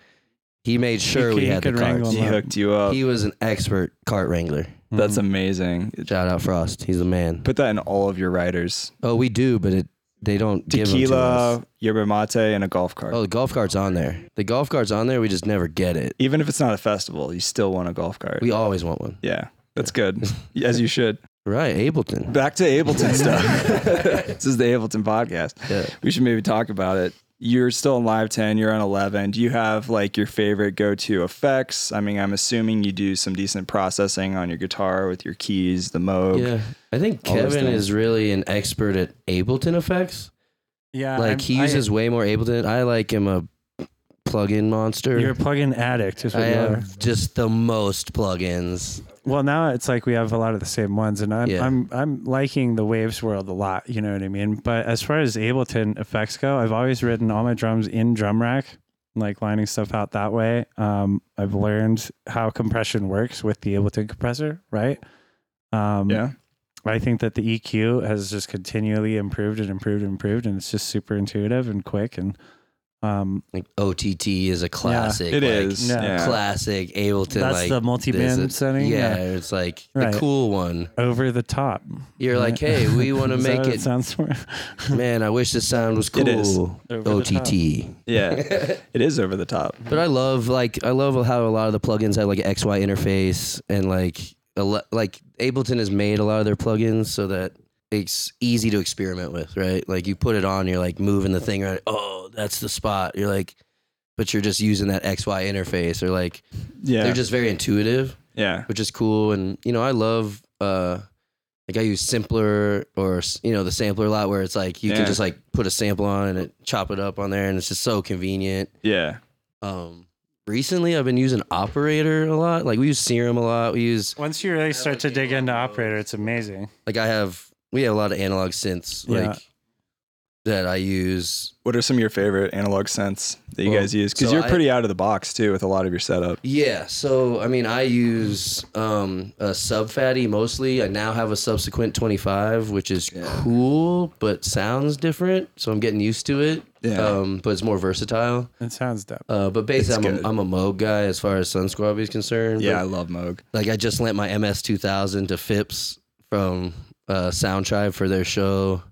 B: he made sure
C: He-
B: we
C: he
B: had the
C: could wrangle
B: carts.
A: He hooked you up.
B: He hmm. was an expert cart wrangler.
A: That's amazing.
B: Shout out Frost, he's a man.
A: Put that in all of your riders.
B: Oh, we do, but it they don't give them to us.
A: Tequila, yerba mate, and a golf cart.
B: Oh, the golf cart's on there. The golf cart's on there. We just never get it.
A: Even if it's not a festival, you still want a golf cart.
B: We always want one.
A: yeah, that's good. As you should.
B: Right, Ableton.
A: Back to Ableton stuff. this is the Ableton podcast.
B: Yeah.
A: We should maybe talk about it. You're still in live 10, you're on 11. Do you have like your favorite go to effects? I mean, I'm assuming you do some decent processing on your guitar with your keys, the Moog.
B: Yeah, I think
A: All those
B: Kevin
A: things.
B: is really an expert at Ableton effects.
C: yeah.
B: Like
C: I'm-
B: he uses way more Ableton. I like him a plug-in
C: I,
B: monster.
C: you're a plug-in addict. Is
B: I
C: what you are.
B: have just the most plugins.
C: Well, now it's like we have a lot of the same ones, and I'm
B: Yeah.
C: I'm I'm liking the Waves world a lot. You know what I mean? But as far as Ableton effects go, I've always written all my drums in drum rack, like lining stuff out that way. Um, I've learned how compression works with the Ableton compressor, right? Um,
A: Yeah.
C: I think that the EQ has just continually improved and improved and improved, and it's just super intuitive and quick. And um,
B: Like OTT is a classic.
A: It
B: like,
A: is.
C: yeah.
A: Yeah.
B: classic Ableton.
C: that's
B: like
C: the
B: there's
C: multi-band
B: a-
C: setting.
B: Yeah, it's like
C: Right.
B: the cool one.
C: Over the top.
B: You're like, hey, we want to
C: Is that
B: make
C: what
B: it.
C: sounds for
B: man, I wish the sound was
A: It is.
B: cool.
C: Over the top.
B: OTT.
A: Yeah. it is over the top.
B: But I love like I love how a lot of the plugins have like a XY interface and like a lo- like Ableton has made a lot of their plugins so that it's easy to experiment with, right? Like you put it on, you're like moving the thing around. Oh, that's the spot. You're like, but you're just using that XY interface or like
A: Yeah.
B: they're just very intuitive,
A: yeah.
B: which is cool. And you know, I love uh like I use simpler or you know the sampler a lot where it's like you
A: Yeah.
B: can just like put a sample on and it chop it up on there and it's just so convenient.
A: Yeah.
B: Um, recently, I've been using Operator a lot. Like we use Serum a lot. We use
C: Once you really start to dig into Operator, it's amazing.
B: like I have we have a lot of analog synths
C: Yeah.
B: like that I use.
A: What are some of your favorite analog synths that you
B: Well,
A: guys use? Because
B: so
A: you're
B: I-
A: pretty out of the box too with a lot of your setup.
B: Yeah, so I mean, I use um, a sub fatty mostly. I now have a subsequent twenty five, which is cool, but sounds different. So I'm getting used to it.
A: Yeah.
B: Um, but it's more versatile.
C: It sounds dope.
B: Uh, but basically, I'm
A: good.
B: a, I'm a Moog guy as far as Sun Squab is concerned. but
A: Yeah, I love Moog.
B: like I just lent my MS two thousand to Phipps from uh, Sound Tribe for their show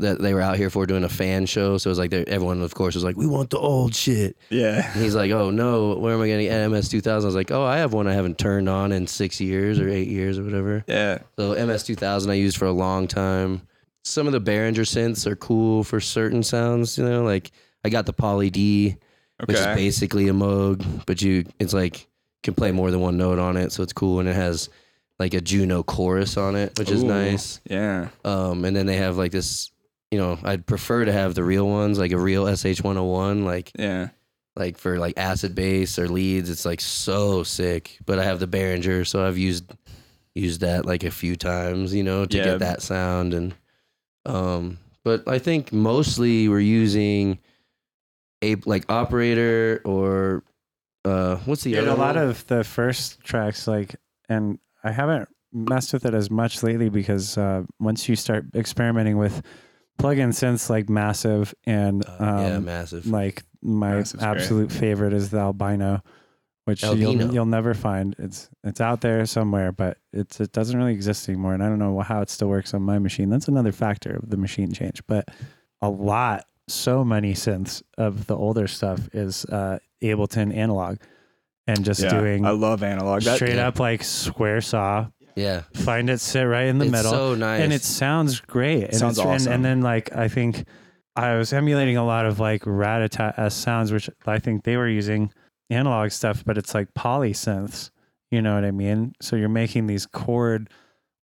B: that they were out here for doing a fan show. So it was like they- everyone, of course, was like, "We want the old shit."
A: Yeah.
B: And he's like, "Oh no, where am I going to get MS two thousand? I was like, "Oh, I have one I haven't turned on in six years or eight years or whatever."
A: Yeah.
B: So MS two thousand I used for a long time. Some of the Behringer synths are cool for certain sounds, you know. Like I got the Poly D, which is
A: Okay.
B: basically a Moog, but you it's like can play more than one note on it, so it's cool, and it has like a Juno chorus on it, which is
A: Ooh.
B: nice.
A: Yeah.
B: Um, and then they have like this, you know, I'd prefer to have the real ones, like a real SH one hundred one, like
A: Yeah.
B: like for like acid bass or leads. It's like so sick. But I have the Behringer, so I've used used that like a few times, you know, to
A: Yeah.
B: get that sound and um but I think mostly we're using a like operator or uh what's the
C: Did
B: other
C: a lot
B: one?
C: of the first tracks, like, and I haven't messed with it as much lately because uh, once you start experimenting with plugin synths like Massive and
B: Uh,
C: um,
B: yeah, massive.
C: like my
A: Massive's great.
C: absolute favorite is the albino, which
B: Albino.
C: you'll you'll never find. It's it's out there somewhere, but it's it doesn't really exist anymore, and I don't know how it still works on my machine. That's another factor of the machine change, but a lot, so many synths of the older stuff is uh, Ableton analog, and just
A: yeah,
C: doing
A: I love analog. That,
C: straight
B: yeah.
C: up like square saw.
B: yeah,
C: Find it, sit right in the
B: it's
C: middle
B: so nice.
C: and it sounds great. And
A: Sounds
C: it's- and-
A: awesome.
C: And, then like I think I was emulating a lot of like Ratatat S sounds, which I think they were using analog stuff, but it's like polysynths. You know what I mean? So you're making these chord,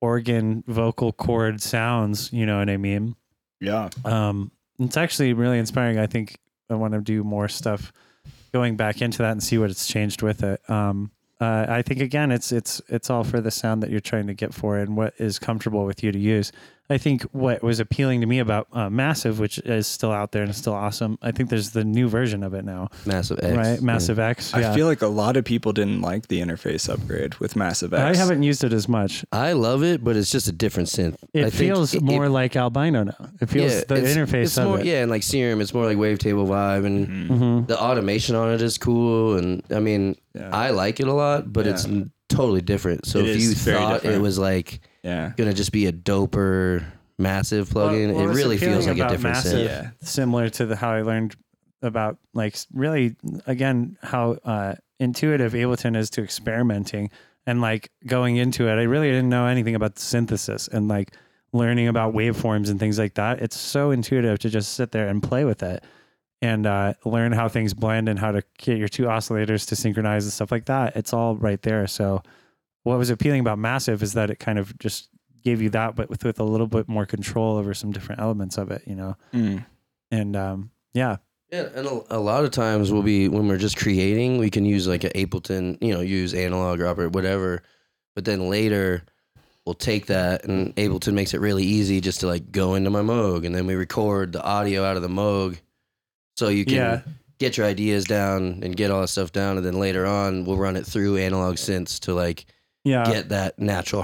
C: organ, vocal chord sounds. You know what I mean?
A: yeah,
C: Um, it's actually really inspiring. I think I want to do more stuff going back into that and see what it's changed with it. Um, uh, I think again, it's it's it's all for the sound that you're trying to get for and what is comfortable with you to use. I think what was appealing to me about uh, Massive, which is still out there and still awesome. I think there's the new version of it now,
B: massive X.
C: right? Massive X. Yeah.
A: I feel like a lot of people didn't like the interface upgrade with Massive
C: I
A: X.
C: haven't used it as much.
B: I love it, but it's just a different synth. I
C: It
B: think
C: feels
B: it-
C: more
B: it-
C: like Albino now. It feels the
B: it's-
C: interface
B: It's
C: of
B: more,
C: it.
B: yeah, and like Serum, it's more like wavetable vibe, and
A: Mm-hmm.
C: hmm
B: the automation on it is cool. And I mean,
A: Yeah.
B: I like it a lot, but it's
A: Yeah.
B: n- totally different. So
A: It
B: if
A: is
B: you
A: very
B: thought it
A: different.
B: was like
A: yeah,
B: gonna just be a doper massive plugin,
C: what
B: it
C: was
B: really feels
C: appealing
B: like a
C: about
B: different
C: Massive?
B: synth.
A: yeah,
C: similar to the how I learned about like s- really again how uh, intuitive Ableton is to experimenting and like going into it. I really didn't know anything about synthesis and like learning about waveforms and things like that. It's so intuitive to just sit there and play with it and uh, learn how things blend and how to get your two oscillators to synchronize and stuff like that. It's all right there. So what was appealing about Massive is that it kind of just gave you that, but with, with a little bit more control over some different elements of it, you know?
A: Mm.
C: and um, yeah,
B: Yeah, and a, a lot of times we'll be when we're just creating, we can use like an Ableton, you know, use analog or operate whatever. But then later, we'll take that and Ableton makes it really easy just to like go into my Moog, and then we record the audio out of the Moog, so you can
C: Yeah.
B: get your ideas down and get all that stuff down, and then later on we'll run it through analog synths to like
C: yeah.
B: get that natural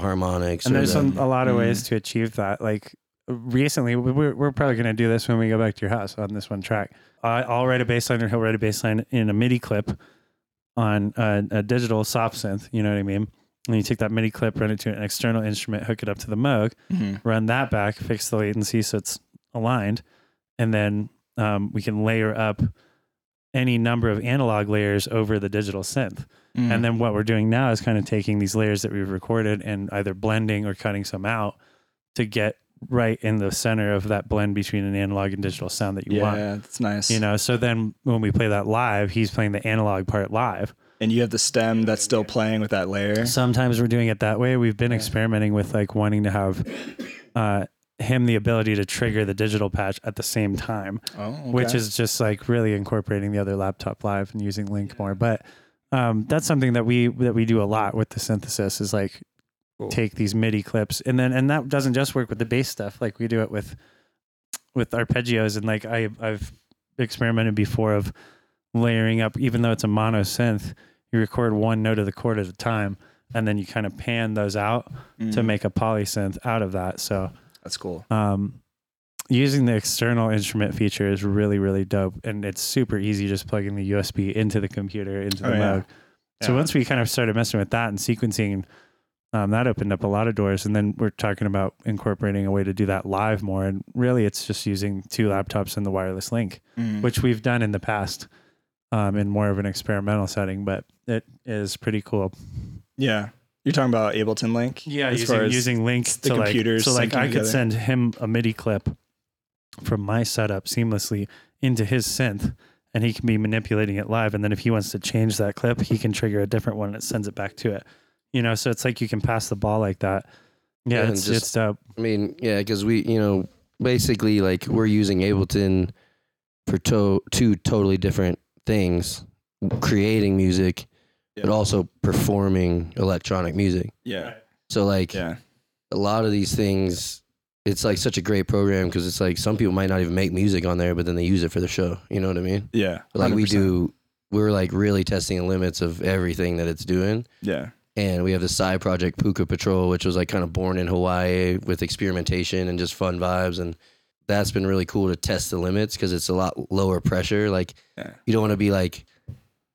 C: Uh,
B: harmonics.
C: and
B: or
C: there's
B: the-
C: some, a lot of
A: Mm.
C: ways to achieve that. Like recently, we- we're, we're probably going to do this when we go back to your house on this one track. I, I'll write a bass line, or he'll write a bass line in a MIDI clip on a, a digital soft synth. You know what I mean? And you take that MIDI clip, run it to an external instrument, hook it up to the Moog,
A: Mhm.
C: run that back, fix the latency so it's aligned, and then um, we can layer up any number of analog layers over the digital synth.
A: Mm.
C: And then what we're doing now is kind of taking these layers that we've recorded and either blending or cutting some out to get right in the center of that blend between an analog and digital sound that you want.
A: yeah, that's nice.
C: You know, so then when we play that live, he's playing the analog part live.
A: and you have the stem that's still playing with that layer.
C: Sometimes we're doing it that way. We've been experimenting with like wanting to have uh, him the ability to trigger the digital patch at the same time.
A: Oh,
C: which
A: okay.
C: is just like really incorporating the other laptop live and using link more but um, that's something that we that we do a lot with the synthesis is like
A: Cool.
C: take these midi clips and then and that doesn't just work with the bass stuff like we do it with with arpeggios and like I, i've experimented before of layering up even though it's a mono synth you record one note of the chord at a time and then you kind of pan those out to
A: Mm.
C: make a polysynth out of that so
A: that's cool.
C: um, using the external instrument feature is really really dope and it's super easy just plugging the usb into the computer into the
A: Oh, yeah.
C: Moog. so
A: Yeah.
C: once we kind of started messing with that and sequencing um, that opened up a lot of doors and then we're talking about incorporating a way to do that live more and really it's just using two laptops and the wireless link
A: Mm.
C: which we've done in the past um, in more of an experimental setting but it is pretty cool
A: yeah, you're talking about Ableton Link.
C: yeah,
A: as
C: using,
A: far as-
C: using links
A: the
C: to like,
A: computers
C: so like
A: syncing
C: I could
A: together.
C: send him a MIDI clip from my setup seamlessly into his synth, and he can be manipulating it live. And then if he wants to change that clip, he can trigger a different one and it sends it back to it. You know, so it's like you can pass the ball like that.
B: Yeah,
C: Yeah,
B: and
C: it's
B: just-
C: it's dope.
B: I mean, yeah, because we, you know, basically like we're using Ableton for to- two totally different things creating music, but
A: Yeah.
B: also performing electronic music.
A: yeah,
B: So, like,
A: yeah,
B: a lot of these things, it's like such a great program because it's like some people might not even make music on there, but then they use it for the show. You know what I mean?
A: yeah.
B: But like, we
A: 100%.
B: do, we're like really testing the limits of everything that it's doing.
A: Yeah,
B: And we have the side project Puka Patrol, which was like kind of born in Hawaii with experimentation and just fun vibes. And that's been really cool to test the limits because it's a lot lower pressure. Like
A: Yeah.
B: you don't want to be like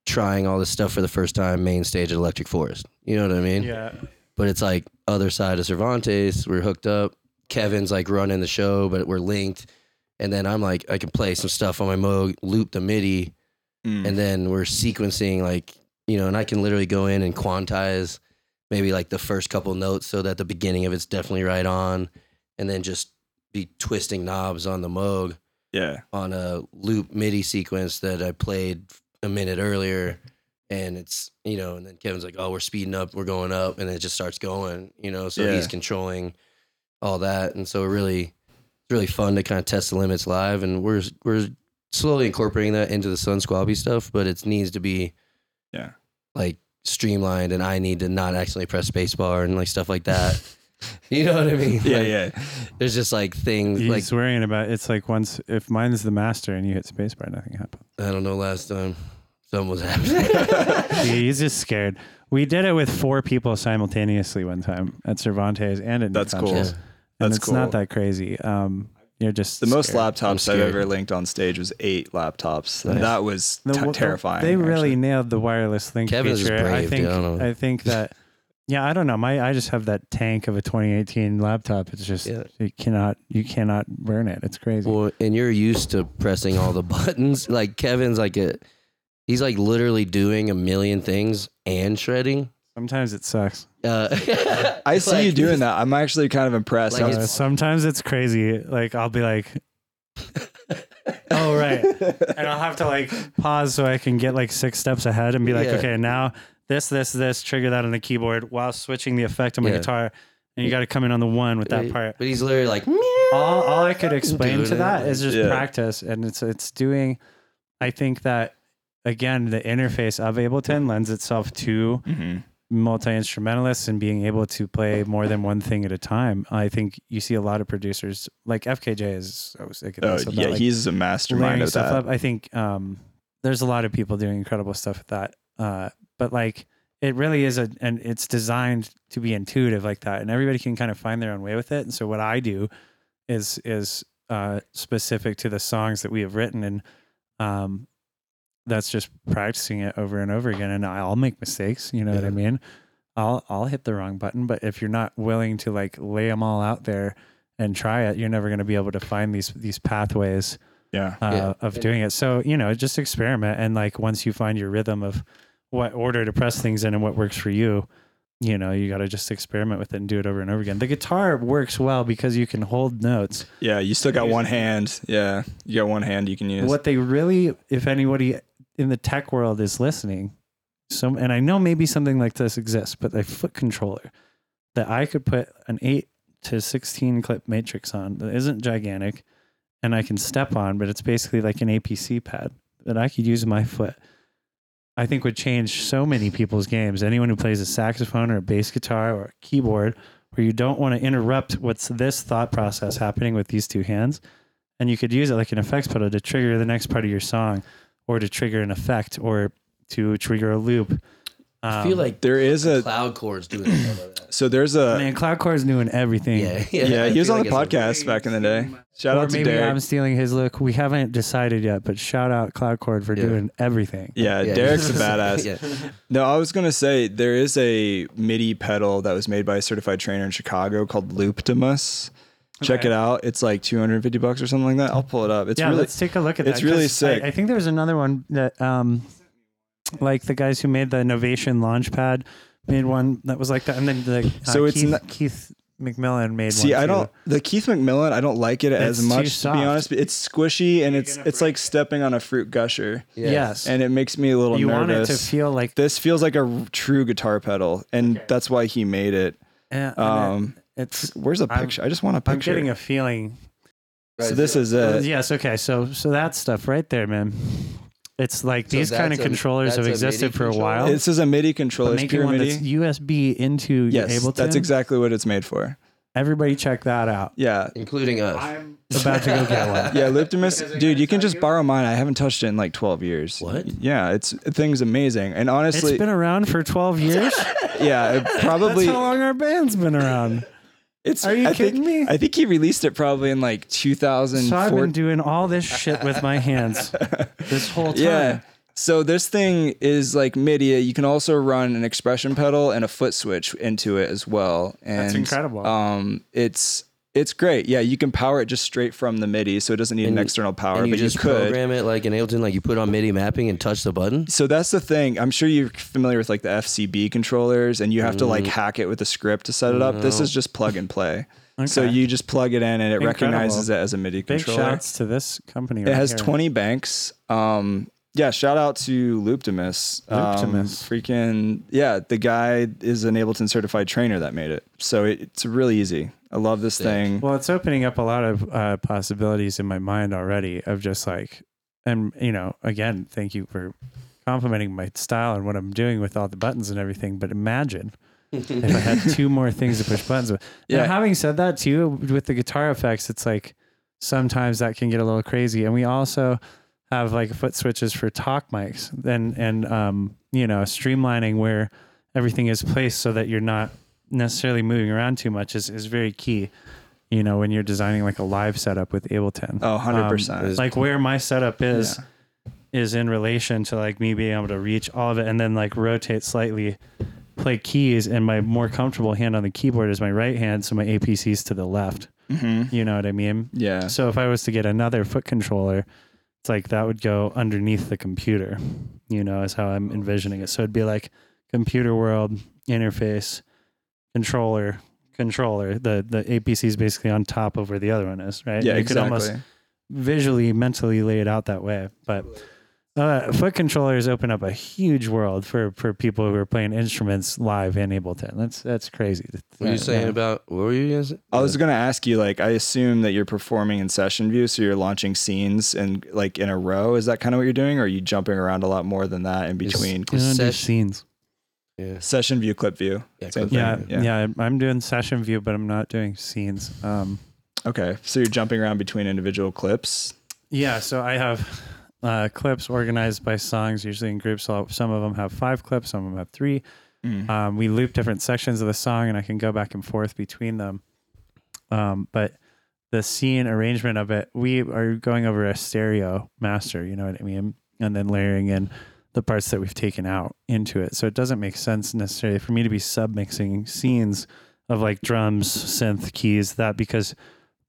B: trying all this stuff for the first time main stage at Electric Forest. You know what I mean?
C: Yeah.
B: but it's like other side of Cervantes. We're hooked up. Kevin's like running the show, but we're linked. And then I'm like, I can play some stuff on my Moog, loop the MIDI,
A: Mm.
B: and then we're sequencing like you know, and I can literally go in and quantize maybe like the first couple notes so that the beginning of it's definitely right on, and then just be twisting knobs on the Moog
A: yeah.
B: on a loop MIDI sequence that I played a minute earlier. And it's, you know, and then Kevin's like, oh, we're speeding up, we're going up. And it just starts going, you know, so he's
A: Yeah.
B: controlling all that. And so it really, it's really fun to kind of test the limits live. And we're, we're slowly incorporating that into the Sun Squabby stuff, but it needs to be,
A: Yeah.
B: like streamlined. And I need to not accidentally press spacebar and like stuff like that. you know what I mean?
A: Yeah,
B: Like,
A: yeah.
B: There's just like things
C: He's
B: like,
C: worrying about it's like once if mine's the master and you hit spacebar, nothing happens.
B: I don't know, last time something was happening.
C: He's just scared. We did it with four people simultaneously one time at Cervantes and at
A: That's
C: New
A: cool.
C: Conscious.
B: Yeah.
C: And
A: That's
C: it's not
A: cool.
C: that crazy. Um, you're just
A: The most
C: scared.
B: I'm
A: laptops I've
B: scared.
A: ever linked on stage was eight laptops.
B: Nice.
A: And that was
C: The-
A: t-
C: the-
A: terrifying.
C: They
A: actually.
C: really nailed the wireless link
B: Kevin's is
C: feature. I
B: brave, dude.
C: think.
B: I don't know.
C: I think that. Yeah, I don't know. My I just have that tank of a 2018 laptop. It's just
B: Yeah.
C: you cannot you cannot burn it. It's crazy.
B: Well, and you're used to pressing all the buttons. Like Kevin's like a, he's like literally doing a million things and shredding.
C: Sometimes it sucks.
B: Uh,
A: I
B: it's
A: see
B: like-
A: you doing that. I'm actually kind of impressed.
B: Like
A: I
B: it's-
C: Uh,
A: was-
C: sometimes it's crazy. Like I'll be like, oh right, and I'll have to like pause so I can get like six steps ahead and be like,
B: Yeah.
C: okay, now this, this, this, trigger that on the keyboard while switching the effect on my
B: Yeah.
C: guitar, and you got to come in on the one with that part.
B: But he's literally like,
C: all, all I could explain
B: Doing
C: to
B: it,
C: that is just
A: Yeah.
C: practice, and it's it's doing. I think that again, the interface of Ableton lends itself to
B: Mm-hmm.
A: Mhm.
C: multi instrumentalists and being able to play more than one thing at a time. I think you see a lot of producers like FKJ is so sick at
A: Oh,
C: this. about,
A: yeah,
C: like,
A: he's a mastermind
C: layering
A: of that.
C: up. I think um, there's a lot of people doing incredible stuff with that. Uh, but like it really is a and it's designed to be intuitive like that, and everybody can kind of find their own way with it. And so what I do is is uh, specific to the songs that we have written, and um, that's just practicing it over and over again. And I'll make mistakes, you know what
B: Yeah.
C: I mean. I'll I'll hit the wrong button, but if you're not willing to like lay them all out there and try it, you're never going to be able to find these these pathways
A: Yeah.
C: uh,
B: Yeah.
C: of doing it. So you know, just experiment, and like once you find your rhythm of what order to press things in and what works for you, you know, you got to just experiment with it and do it over and over again. The guitar works well because you can hold notes.
A: Yeah. You still got one hand. Yeah. You got one hand you can use.
C: What they really, if anybody in the tech world is listening, some and I know maybe something like this exists, but a foot controller that I could put an eight to sixteen clip matrix on that isn't gigantic, and I can step on, but it's basically like an APC pad that I could use my foot. I think would change so many people's games. Anyone who plays a saxophone or a bass guitar or a keyboard, where you don't want to interrupt what's this thought process happening with these two hands, and you could use it like an effects pedal to trigger the next part of your song, or to trigger an effect, or to trigger a loop.
B: I feel
C: Um,
B: like
A: there is a
B: Cloud Core's doing stuff like that.
A: so there's a
C: man, Cloud Core's doing everything.
B: Yeah,
A: yeah.
B: I
A: He was
B: feel
A: on
B: like
A: the
B: it's
A: podcast
B: a-
A: back in the day. Shout
C: Or
A: out to
C: maybe
A: Derek.
C: I'm stealing his look. We haven't decided yet, but shout out Cloud Cord for
B: Yeah.
C: doing everything.
A: yeah,
B: yeah.
A: Derek's a badass.
B: yeah.
A: No, I was gonna say there is a MIDI pedal that was made by a certified trainer in Chicago called Looptimus. Check
C: Okay.
A: it out. It's like 250 bucks or something like that. I'll pull it up. It's
C: yeah,
A: really
C: let's take a look at that.
A: it's really
C: 'cause I-
A: sick.
C: I, think there was another one that, um, like the guys who made the Novation Launchpad made one that was like that, and then the uh,
A: So it's
C: Keith,
A: not-
C: Keith McMillan made.
A: See,
C: one
A: I
C: too.
A: don't the Keith McMillan. I don't like it as
C: It's too
A: much to be
C: soft.
A: honest. It's squishy and it's it's like stepping on a fruit gusher,
C: Yes,
A: and it makes me a little
C: you want it
A: nervous.
C: to feel like
A: this feels like a r- true guitar pedal, and that's why he made it.
C: eh, and it-
A: Um,
C: it's.
A: where's a
C: I'm-
A: picture? i just want a
C: I'm
A: picture.
C: getting a Uh, feeling.
A: so this is it.
C: yes. Okay. So so that stuff right there, man. It's like
B: So
C: these kind of
B: that's a-
C: controllers have
B: that's a
C: existed
B: MIDI
C: for a while.
B: controller?
A: This is a MIDI controller. It's
C: making
A: pure
C: one that's
A: MIDI.
C: USB into your
A: Yes,
C: Ableton.
A: that's exactly what it's made for.
C: Everybody check that out.
A: Yeah.
B: including us.
D: I'm
C: About to go get one.
A: Yeah, Liptimus,
D: Because I
A: dude,
D: gotta
A: you can
D: tell
A: just
D: you-
A: borrow mine. I haven't touched it in like 12 years.
B: What?
A: Yeah, it's the thing's amazing. And
C: It's
A: honestly,
C: been around for 12 years.
A: yeah, it
C: That's
A: probably
C: how long our band's been around.
A: it's
C: Are you
A: I
C: kidding
A: think,
C: me?
A: I think he released it probably in like
C: So I've been
A: 2004.
C: doing all this shit with my hands this whole time.
A: Yeah. So this thing is like MIDI. You can also run an expression pedal and a foot switch into it as well. And
C: incredible.
A: Um, it's it's great. Yeah, you can power it just straight from the MIDI, so it doesn't need an external power.
B: and you
A: but
B: just
A: you could.
B: program it like in Ableton, like you put on MIDI mapping and touch the button.
A: so that's the thing. I'm sure you're familiar with like the FCB controllers, and you have to
B: Mm.
A: like hack it with a script to set it up. This is just plug and play. So
C: Okay.
A: you just plug it in, and it
C: Incredible.
A: recognizes it as a MIDI
C: Big
A: controller.
C: shouts to this company.
A: It
C: right
A: has
C: here.
A: 20 banks. Um, yeah, shout out to Luptimus. Um,
C: Luptimus.
A: freaking, yeah, the guy is an Ableton certified trainer that made it. So it, it's really easy. I love this thing.
C: Well, it's opening up a lot of uh, possibilities in my mind already of just like, and you know, again, thank you for complimenting my style and what I'm doing with all the buttons and everything. But imagine if I had two more things to push buttons with. Yeah.
A: Yeah.
C: having said that, too, with the guitar effects, it's like sometimes that can get a little crazy. And we also have like foot switches for talk mics and and um you know streamlining where everything is placed so that you're not necessarily moving around too much is, is very key you know when you're designing like a live setup with ableton
A: Oh, 100%.
C: Um, like where my setup is is in relation to like me being able to reach all of it and then like rotate slightly play keys and my more comfortable hand on the keyboard is my right hand so my apc's to the left you know what i mean
A: mm-hmm. yeah.
C: so if I was to get another foot controller, it's like that would go underneath the computer, you know, is how I'm envisioning it. So it'd be like computer world interface, controller, controller. The the APC is basically on top of where the other one is, right?
A: yeah,
C: You
A: exactly.
C: could almost visually, mentally lay it out that way. But uh, foot controllers open up a huge world for for people who are playing instruments live in Ableton. That's that's crazy. to
B: What are you
C: think,
B: saying
C: yeah.
B: about what were you guys?
A: I was going to ask you, like, I assume that you're performing in session view. So you're launching scenes and like in a row. Is that kind of what you're doing? Or are you jumping around a lot more than that in
B: Yes.
A: between
C: Doing these
B: Session-
C: scenes.
B: yeah.
A: session view, clip view?
B: Yeah,
A: Same
B: clip
A: thing.
C: yeah,
B: Right,
C: yeah, I'm doing session view, but I'm not doing scenes. Um,
A: Okay. So you're jumping around between individual clips.
C: yeah, so I have uh, clips organized by songs, usually in groups. So some of them have five clips, some of them have three. Um, we loop different sections of the song, and I can go back and forth between them. Um, but the scene arrangement of it, we are going over a stereo master. You know what I mean? And then layering in the parts that we've taken out into it. So it doesn't make sense necessarily for me to be submixing scenes of like drums, synth, keys, that because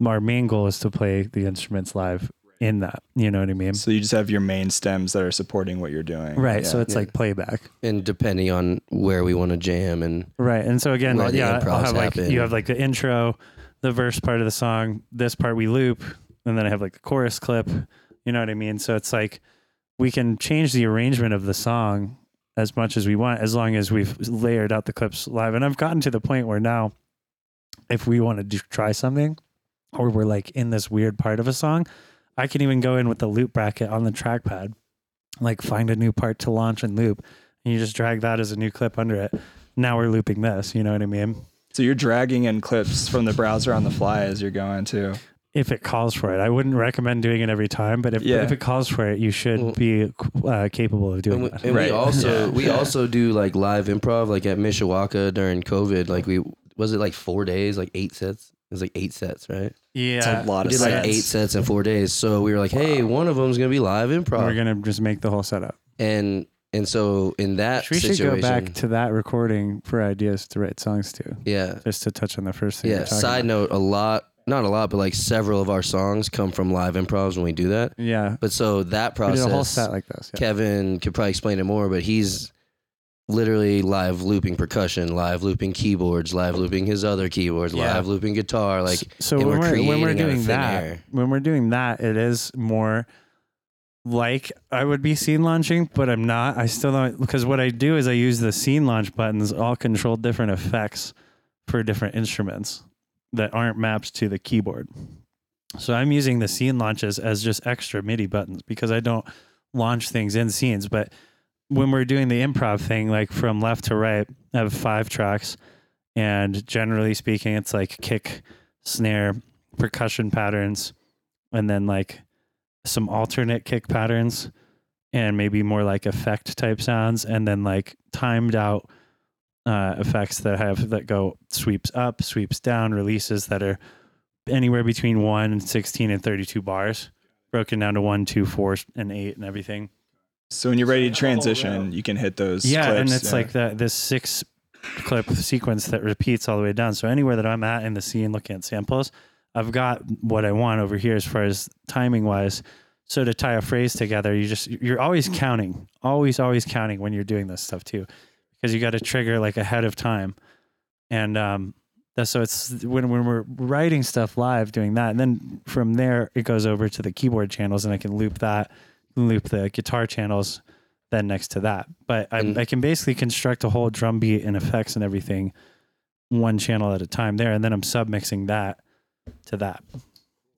C: our main goal is to play the instruments live in that. You know what I mean?
A: So you just have your main stems that are supporting what you're doing.
C: Right.
A: Yeah.
C: So it's like playback.
B: and depending on where we want to jam and
C: Right. And so again,
B: Where
C: like,
B: the
C: yeah, I'll
B: improvs
C: have like
B: happen.
C: you have like the intro, the verse part of the song, this part we loop, and then I have like the chorus clip. You know what I mean? So it's like we can change the arrangement of the song as much as we want, as long as we've layered out the clips live. And I've gotten to the point where now, if we want to do, try something, or we're like in this weird part of a song, I can even go in with the loop bracket on the trackpad, like find a new part to launch and loop, and you just drag that as a new clip under it. Now we're looping this. You know what I mean?
A: So you're dragging in clips from the browser on the fly as you're going too.
C: If it calls for it, I wouldn't recommend doing it every time, but if,
A: Yeah.
C: if it calls for it, you should
B: Well-
C: be uh, capable of doing
B: and we,
C: that.
B: and
A: Right.
B: we also we also do like live improv like at Mishawaka during COVID like we was it like four days like eight sets it was like eight sets right
A: It's a
C: Yeah.
A: lot
B: we
A: of
B: did like
A: sets.
B: eight sets in four days so we were like hey one of them's gonna be live improv
C: We're gonna just make the whole setup.
B: and and so in that
C: We should
B: situation
C: go back to that recording for ideas to write songs to,
B: yeah
C: just to touch on the first thing.
B: yeah
C: we're talking
B: side note a lot not a lot but like several of our songs come from live improvs when we do that
C: about. yeah.
B: but so that
C: We
B: process
C: did a whole set like this. Yeah.
B: Kevin could probably explain it more, but he's literally live looping percussion, live looping keyboards, live looping his other keyboards,
C: Mm-hmm. Yeah.
B: live looping guitar. Like,
C: so
B: and
C: when
B: we're
C: we're, when we're
B: creating out of
C: doing
B: thin
C: that
B: air.
C: when we're doing that it is more like i would be scene launching but i'm not i still don't because what i do is i use the scene launch buttons all control different effects for different instruments that aren't mapped to the keyboard so i'm using the scene launches as just extra midi buttons because i don't launch things in scenes but when we're doing the improv thing like from left to right i have five tracks And generally speaking, it's like kick, snare, percussion patterns, and then like some alternate kick patterns and maybe more like effect type sounds and then like timed out uh, effects that have that go sweeps up, sweeps down, releases that are anywhere between 1 and 16 and 32 bars, broken down to 1, 2, 4 and 8 and everything.
A: So when you're ready to transition, you can hit those.
C: Yeah, and
A: clips,
C: it's
A: yeah.
C: like that this six clip sequence that repeats all the way down. So anywhere that I'm at in the scene looking at samples, I've got what I want over here as far as timing wise. So to tie a phrase together, you just you're always counting, always always counting when you're doing this stuff too, because you got to trigger like ahead of time, and um, that's so it's when when we're writing stuff live doing that, and then from there it goes over to the keyboard channels, and I can loop that, loop the guitar channels, then next to that. But I,
A: Mm-hmm.
B: And-
C: I can basically construct a whole drum beat and effects and everything one channel at a time there. And then I'm submixing that to that.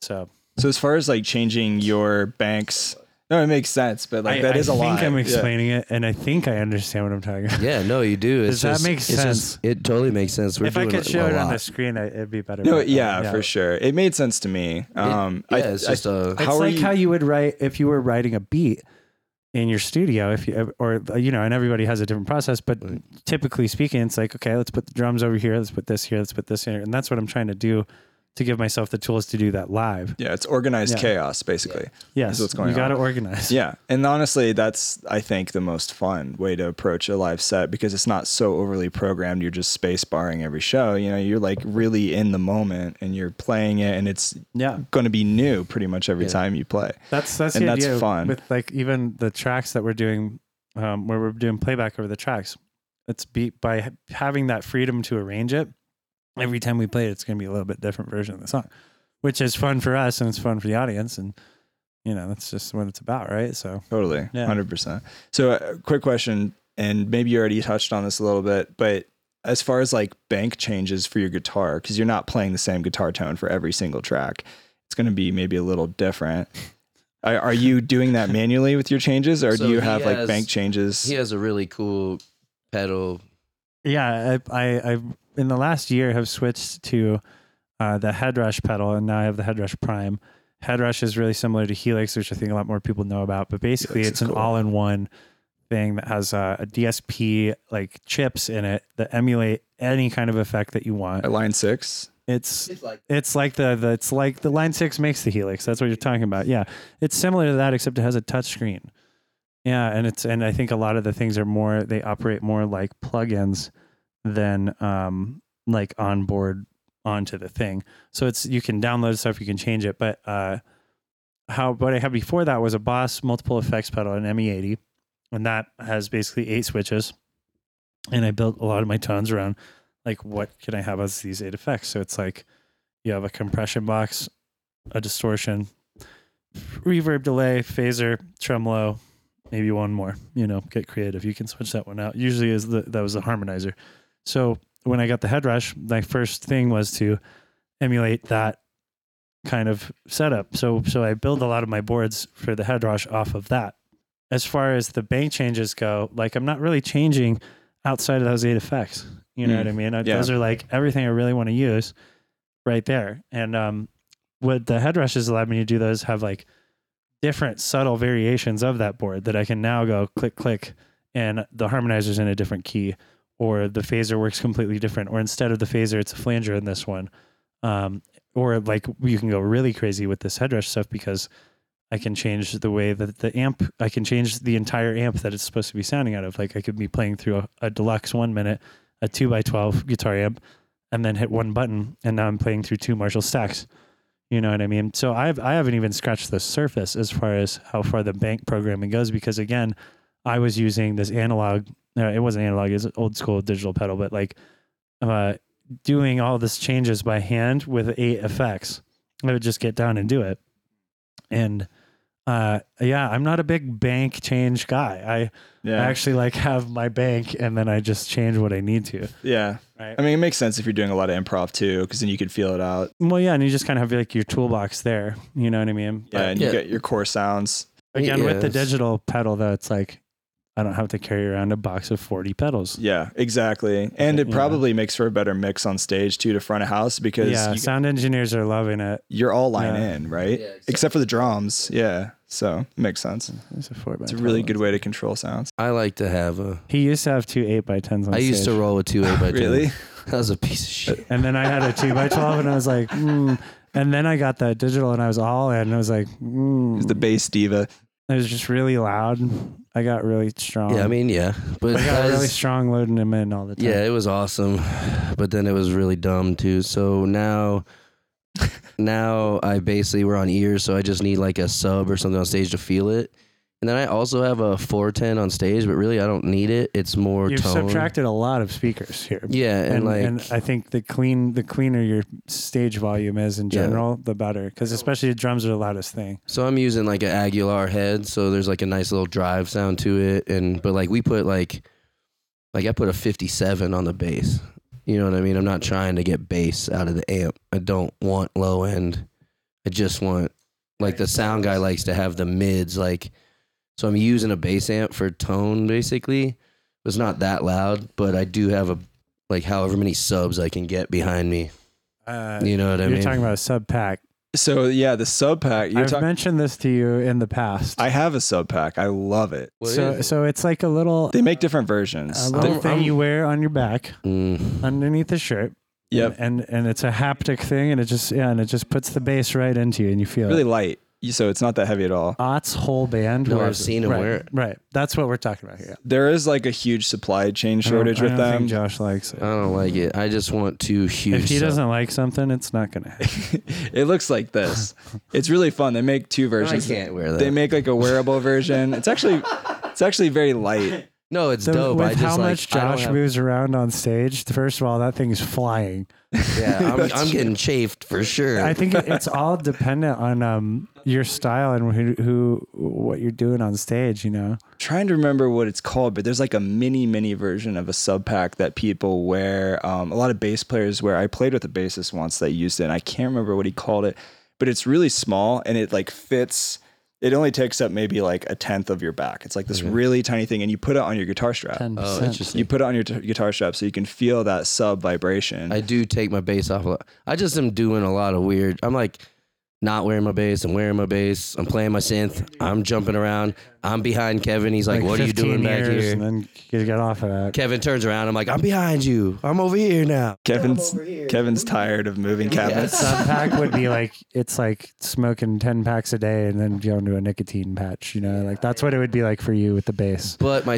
C: So
A: so as far as like changing your banks. No, it makes sense, but like
C: I,
A: that is a
C: I
A: lot.
C: think I'm
A: Yeah.
C: explaining it and I think I understand what I'm talking about.
B: Yeah, no, you do. It's
C: Does that
B: just-
C: make
B: it's just-
C: sense?
B: it totally makes sense. We're
C: if I
B: doing
C: could
B: a-
C: show
B: a
C: it on
B: lot.
C: the screen, I, it'd be better.
A: No,
C: but,
A: yeah, for sure. It made sense to me.
B: It-
A: Um,
B: yeah,
A: I,
B: it's
A: I-
B: just a.
A: How
C: it's
A: are
C: like
A: you-
C: how you would write if you were writing a beat in your studio if you or uh, you know and everybody has a different process but
B: Right.
C: typically speaking it's like okay let's put the drums over here let's put this here let's put this here and that's what i'm trying to do to give myself the tools to do that live
A: yeah, it's organized
C: Yeah.
A: chaos basically.
C: yes
A: what's going
C: you got to
A: on.
C: organize
A: Yeah, and honestly, that's I think the most fun way to approach a live set because it's not so overly programmed. You're just space barring every show. You know, you're like really in the moment and you're playing it, and it's
C: yeah
A: going to be new pretty much every
B: Yeah.
A: time you play.
C: That's that's
A: And
C: the
A: that's
C: idea
A: fun.
C: with like even the tracks that we're doing, um, where we're doing playback over the tracks. It's be by ha- having that freedom to arrange it. Every time we play it, it's going to be a little bit different version of the song, which is fun for us and it's fun for the audience, and you know that's just what it's about, right? So
A: Totally,
C: Yeah.
A: hundred percent. So, uh, quick question, and maybe you already touched on this a little bit, but as far as like bank changes for your guitar, because you're not playing the same guitar tone for every single track, it's going to be maybe a little different. Are are you doing that manually with your changes, or
B: So
A: do you
B: he
A: have like
B: has-
A: bank changes?
B: He has a really cool pedal.
C: yeah, I I I've, in the last year have switched to uh, the Headrush pedal, and now I have the Headrush Prime. Headrush is really similar to Helix, which I think a lot more people know about. But basically,
A: Helix
C: it's
A: is
C: an
A: cool.
C: all-in-one thing that has uh, a DSP like chips in it that emulate any kind of effect that you want.
A: At line six,
C: It's
B: like
C: it's like the, the it's like the Line Six makes the Helix. That's what you're talking about. Yeah, it's similar to that, except it has a touchscreen. Yeah, and it's and I think a lot of the things are more they operate more like plugins than um like onboard onto the thing. So it's you can download stuff, you can change it, but uh how what I had before that was a Boss multiple effects pedal, an ME80, and that has basically eight switches. And I built a lot of my tones around like what can I have as these eight effects. So it's like you have a compression box, a distortion, reverb delay, phaser, tremolo, maybe one more. You know, get creative. You can switch that one out. Usually is the that was the harmonizer. So when I got the head rush, my first thing was to emulate that kind of setup. So so I build a lot of my boards for the head rush off of that. As far as the bank changes go, like I'm not really changing outside of those eight effects. You know
A: Mm.
C: what I mean? I-
A: Yeah.
C: Those are like everything I really want to use right there. And um what the head rushes allowed me to do those have like different subtle variations of that board that I can now go click click and the harmonizer's in a different key or the phaser works completely different or instead of the phaser it's a flanger in this one um, or like you can go really crazy with this headrush stuff because I can change the way that the amp I can change the entire amp that it's supposed to be sounding out of like I could be playing through a, a deluxe one minute a 2 by 12 guitar amp and then hit one button and now I'm playing through two Marshall stacks you know what I mean? So I've I haven't even scratched the surface as far as how far the bank programming goes because again, I was using this analog. No, it wasn't analog. It's old school digital pedal, but like uh, doing all this changes by hand with eight effects. I would just get down and do it, and uh, yeah, I'm not a big bank change guy. I
A: yeah,
C: actually like have my bank, and then I just change what I need to.
A: yeah.
C: Right.
A: I mean, it makes sense if you're doing a lot of improv too, because then you could feel it out.
C: Well, yeah, and you just kind of have like your toolbox there. You know what I mean?
A: Yeah, and you
B: Yeah.
A: get your core sounds.
C: Again, with the
B: Yes.
C: digital pedal, though, it's like I don't have to carry around a box of 40 pedals.
A: Yeah, exactly. And it
C: Yeah.
A: probably makes for a better mix on stage too to front of house because
C: Yeah,
A: you,
C: sound engineers are loving it.
A: you're all line
C: Yeah.
A: in, right?
B: Yeah, exactly.
A: Except for the drums. Yeah. So makes sense.
C: It's a four by.
A: It's a really good way to control sounds.
B: I like to have a.
C: He used to have two eight by tens on
B: I used to
C: stage.
B: roll with two eight by ten.
A: Really?
B: That was a piece of shit.
C: and then I had a two by twelve, and I was like, mm. and then I got that digital, and I was all in, and I was like, mm.
A: It's the bass diva.
C: it was just really loud. I got really strong.
B: Yeah, I mean, yeah, but
C: I got
B: that
C: really
B: is-
C: strong loading him in all the time.
B: yeah, it was awesome, but then it was really dumb too. So now, now I basically we're on ears, so I just need like a sub or something on stage to feel it. And then I also have a four ten on stage, but really I don't need it. It's more
C: you've
B: tone.
C: subtracted a lot of speakers here.
B: yeah, and,
C: And,
B: like
C: and I think the clean the cleaner your stage volume is in
B: Yeah.
C: general, the better. Because especially the drums are the loudest thing.
B: So I'm using like an Aguilar head, so there's like a nice little drive sound to it, and but like we put like, like I put a 57 on the bass. You know what I mean? I'm not trying to get bass out of the amp. I don't want low end. I just want like the sound guy likes to have the mids. Like, so I'm using a bass amp for tone basically. It's not that loud, but I do have a like however many subs I can get behind me.
C: Uh,
B: You know what I
C: you're
B: mean?
C: talking about a sub pack.
A: So yeah, the sub pack. You're
C: I've
A: talking.
C: mentioned this to you in the past.
A: I have a sub pack. I love it.
B: What
C: so
B: is it?
C: so it's like a little
A: They make different
C: a
A: versions.
C: little
B: I'm-
C: thing
B: I'm-
C: you wear on your back
B: Mm.
C: underneath the shirt.
A: Yep.
C: And, and and it's a haptic thing, and it just yeah, and it just puts the bass right into you, and you feel
A: Really
C: it.
A: light. So it's not that heavy at all.
C: Ott's whole band.
B: No, I've
C: wears it.
B: seen him
C: right,
B: wear it.
C: Right, that's what we're talking about here.
A: There is like a huge supply chain
C: I don't-
A: shortage
C: I
A: with
C: don't
A: them.
C: Think Josh likes it.
B: I don't like it. I just want two huge.
C: if he
B: subs.
C: doesn't like something, it's not gonna. happen.
A: it looks like this. It's really fun. They make two versions.
B: wear
A: They make like a wearable version. It's actually it's actually very light.
B: no, it's
C: So
B: dope.
C: with
B: I just
C: how
B: like,
C: much
B: I don't
C: Josh
B: have-
C: moves around on stage, first of all, that thing's flying.
B: Yeah, I'm, I'm getting chafed for sure.
C: I think it, it's all dependent on um, your style and who, who what you're doing on stage. You know,
A: trying to remember what it's called, but there's like a mini mini version of a sub pack that people wear. Um, a lot of bass players wear. I played with a bassist once that used it, and I can't remember what he called it, but it's really small and it like fits. It only takes up maybe like a tenth of your back. It's like this really tiny thing, and you put it on your guitar strap.
C: ten
B: oh,
C: percent.
B: interesting.
A: You put it on your t- guitar strap so you can feel that sub vibration.
B: I do take my bass off a lot. I just am doing a lot of weird. I'm like not wearing my bass. I'm wearing my bass. I'm playing my synth. I'm jumping around. I'm behind Kevin. He's like, "What are you doing back here?"
C: And then you get off of that.
B: Kevin turns around. I'm like, "I'm behind you. I'm over here now."
A: Kevin's Kevin's tired of moving cabinets.
C: Sub pack would be like it's like smoking ten packs a day and then going to a nicotine patch. You know, like that's what it would be like for you with the bass.
B: but my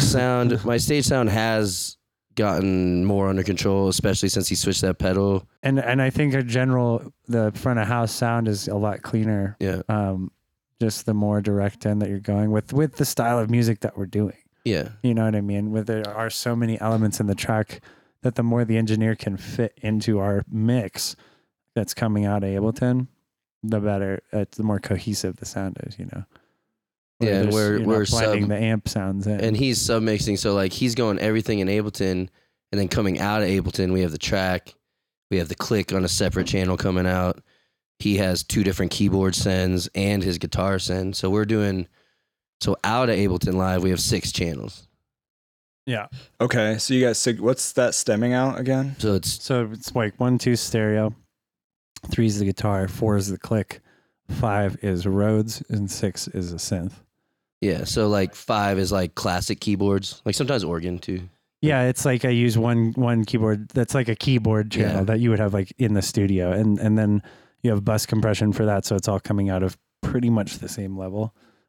B: sound my stage sound has gotten more under control especially since he switched that pedal
C: And and I think in general, the front of house sound is a lot cleaner
B: yeah
C: um, just the more direct end that you're going with with the style of music that we're doing.
B: yeah
C: You know what I mean? Where there are so many elements in the track that the more the engineer can fit into our mix that's coming out of Ableton, the better. It's the more cohesive the sound is. You know.
B: Yeah, and
C: there's- you're
B: we're-
C: not
B: we're
C: blending
B: sub-
C: the amp sounds in.
B: and he's sub mixing so like he's going everything in ableton and then coming out of ableton we have the track we have the click on a separate channel coming out he has two different keyboard sends and his guitar send so we're doing so out of ableton live we have six channels
C: yeah.
A: Okay, so you got sig- what's that stemming out again?
B: so it's
C: So it's like one, two stereo, three is the guitar, four is the click, five is Rhodes, and six is a synth.
B: yeah so like five is like classic keyboards like sometimes organ too
C: Yeah, it's like I use one one keyboard that's like a keyboard channel
B: Yeah.
C: that you would have like in the studio and and then you have bus compression for that so it's all coming out of pretty much the same level.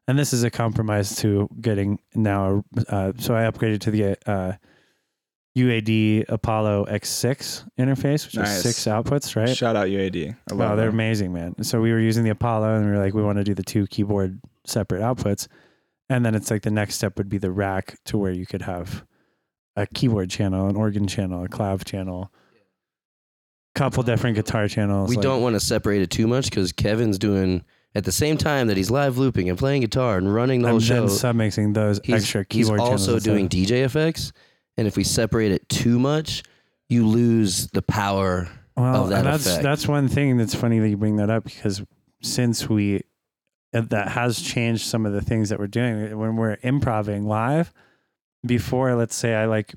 C: And this is a compromise to getting now uh, so I upgraded to the uh, UAD Apollo X6 interface, which
A: Nice.
C: is six outputs, right?
A: Shout out UAD. I love
C: Wow, they're
A: them.
C: amazing, man. So we were using the Apollo and we were like, we want to do the two keyboard separate outputs. And then it's like the next step would be the rack to where you could have a keyboard channel, an organ channel, a clav channel, couple different guitar channels.
B: we
C: like-
B: don't want to separate it too much because Kevin's doing at the same time that he's live looping and playing guitar and running the whole
C: and then
B: show.
C: submixing those
B: he's,
C: extra
B: he's
C: keyboard channels.
B: also
C: and stuff.
B: doing DJ effects, and if we separate it too much, you lose the power.
C: well,
B: of that
C: and that's
B: effect.
C: that's one thing that's funny that you bring that up because since we and that has changed some of the things that we're doing uh, when we're improvising live. Before, let's say I like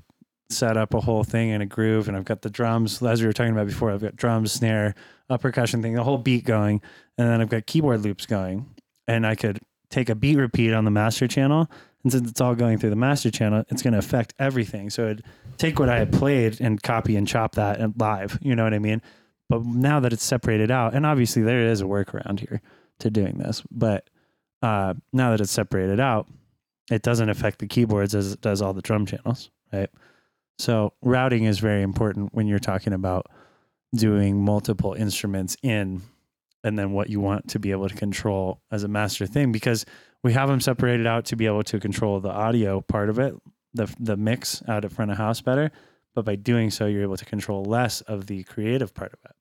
C: set up a whole thing in a groove and I've got the drums, as we were talking about before, I've got drums, snare, a percussion thing, the whole beat going, and then I've got keyboard loops going. And I could take a beat repeat on the master channel. And since it's all going through the master channel, it's going to affect everything. So it'd take what I had played and copy and chop that and live. You know what I mean? But now that it's separated out, and obviously there is a workaround here to doing this, but uh, now that it's separated out, it doesn't affect the keyboards as it does all the drum channels, right? So routing is very important when you're talking about doing multiple instruments in and then what you want to be able to control as a master thing because we have them separated out to be able to control the audio part of it, the the mix out at front of house better, but by doing so you're able to control less of the creative part of it.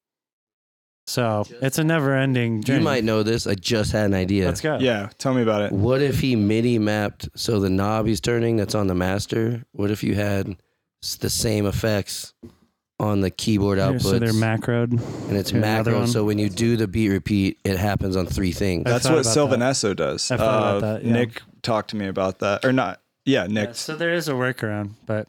C: So, it's a never-ending journey.
B: You might know this. I just had an idea.
C: Let's go.
A: Yeah, tell me about it.
B: What if he MIDI mapped so the knob he's turning that's on the master? What if you had s- the same effects on the keyboard
C: Here,
B: outputs
C: So they're macroed.
B: and it's
C: Here's another
B: macro?
C: one.
B: So when you do the beat repeat, it happens on three things.
C: I've
A: That's
C: thought
A: what
C: about that.
A: Sylvanesso does. Uh,
C: I've thought about that, yeah.
A: Nick talked to me about that, or not? Yeah, Nick.
C: Yeah, so there is a workaround, but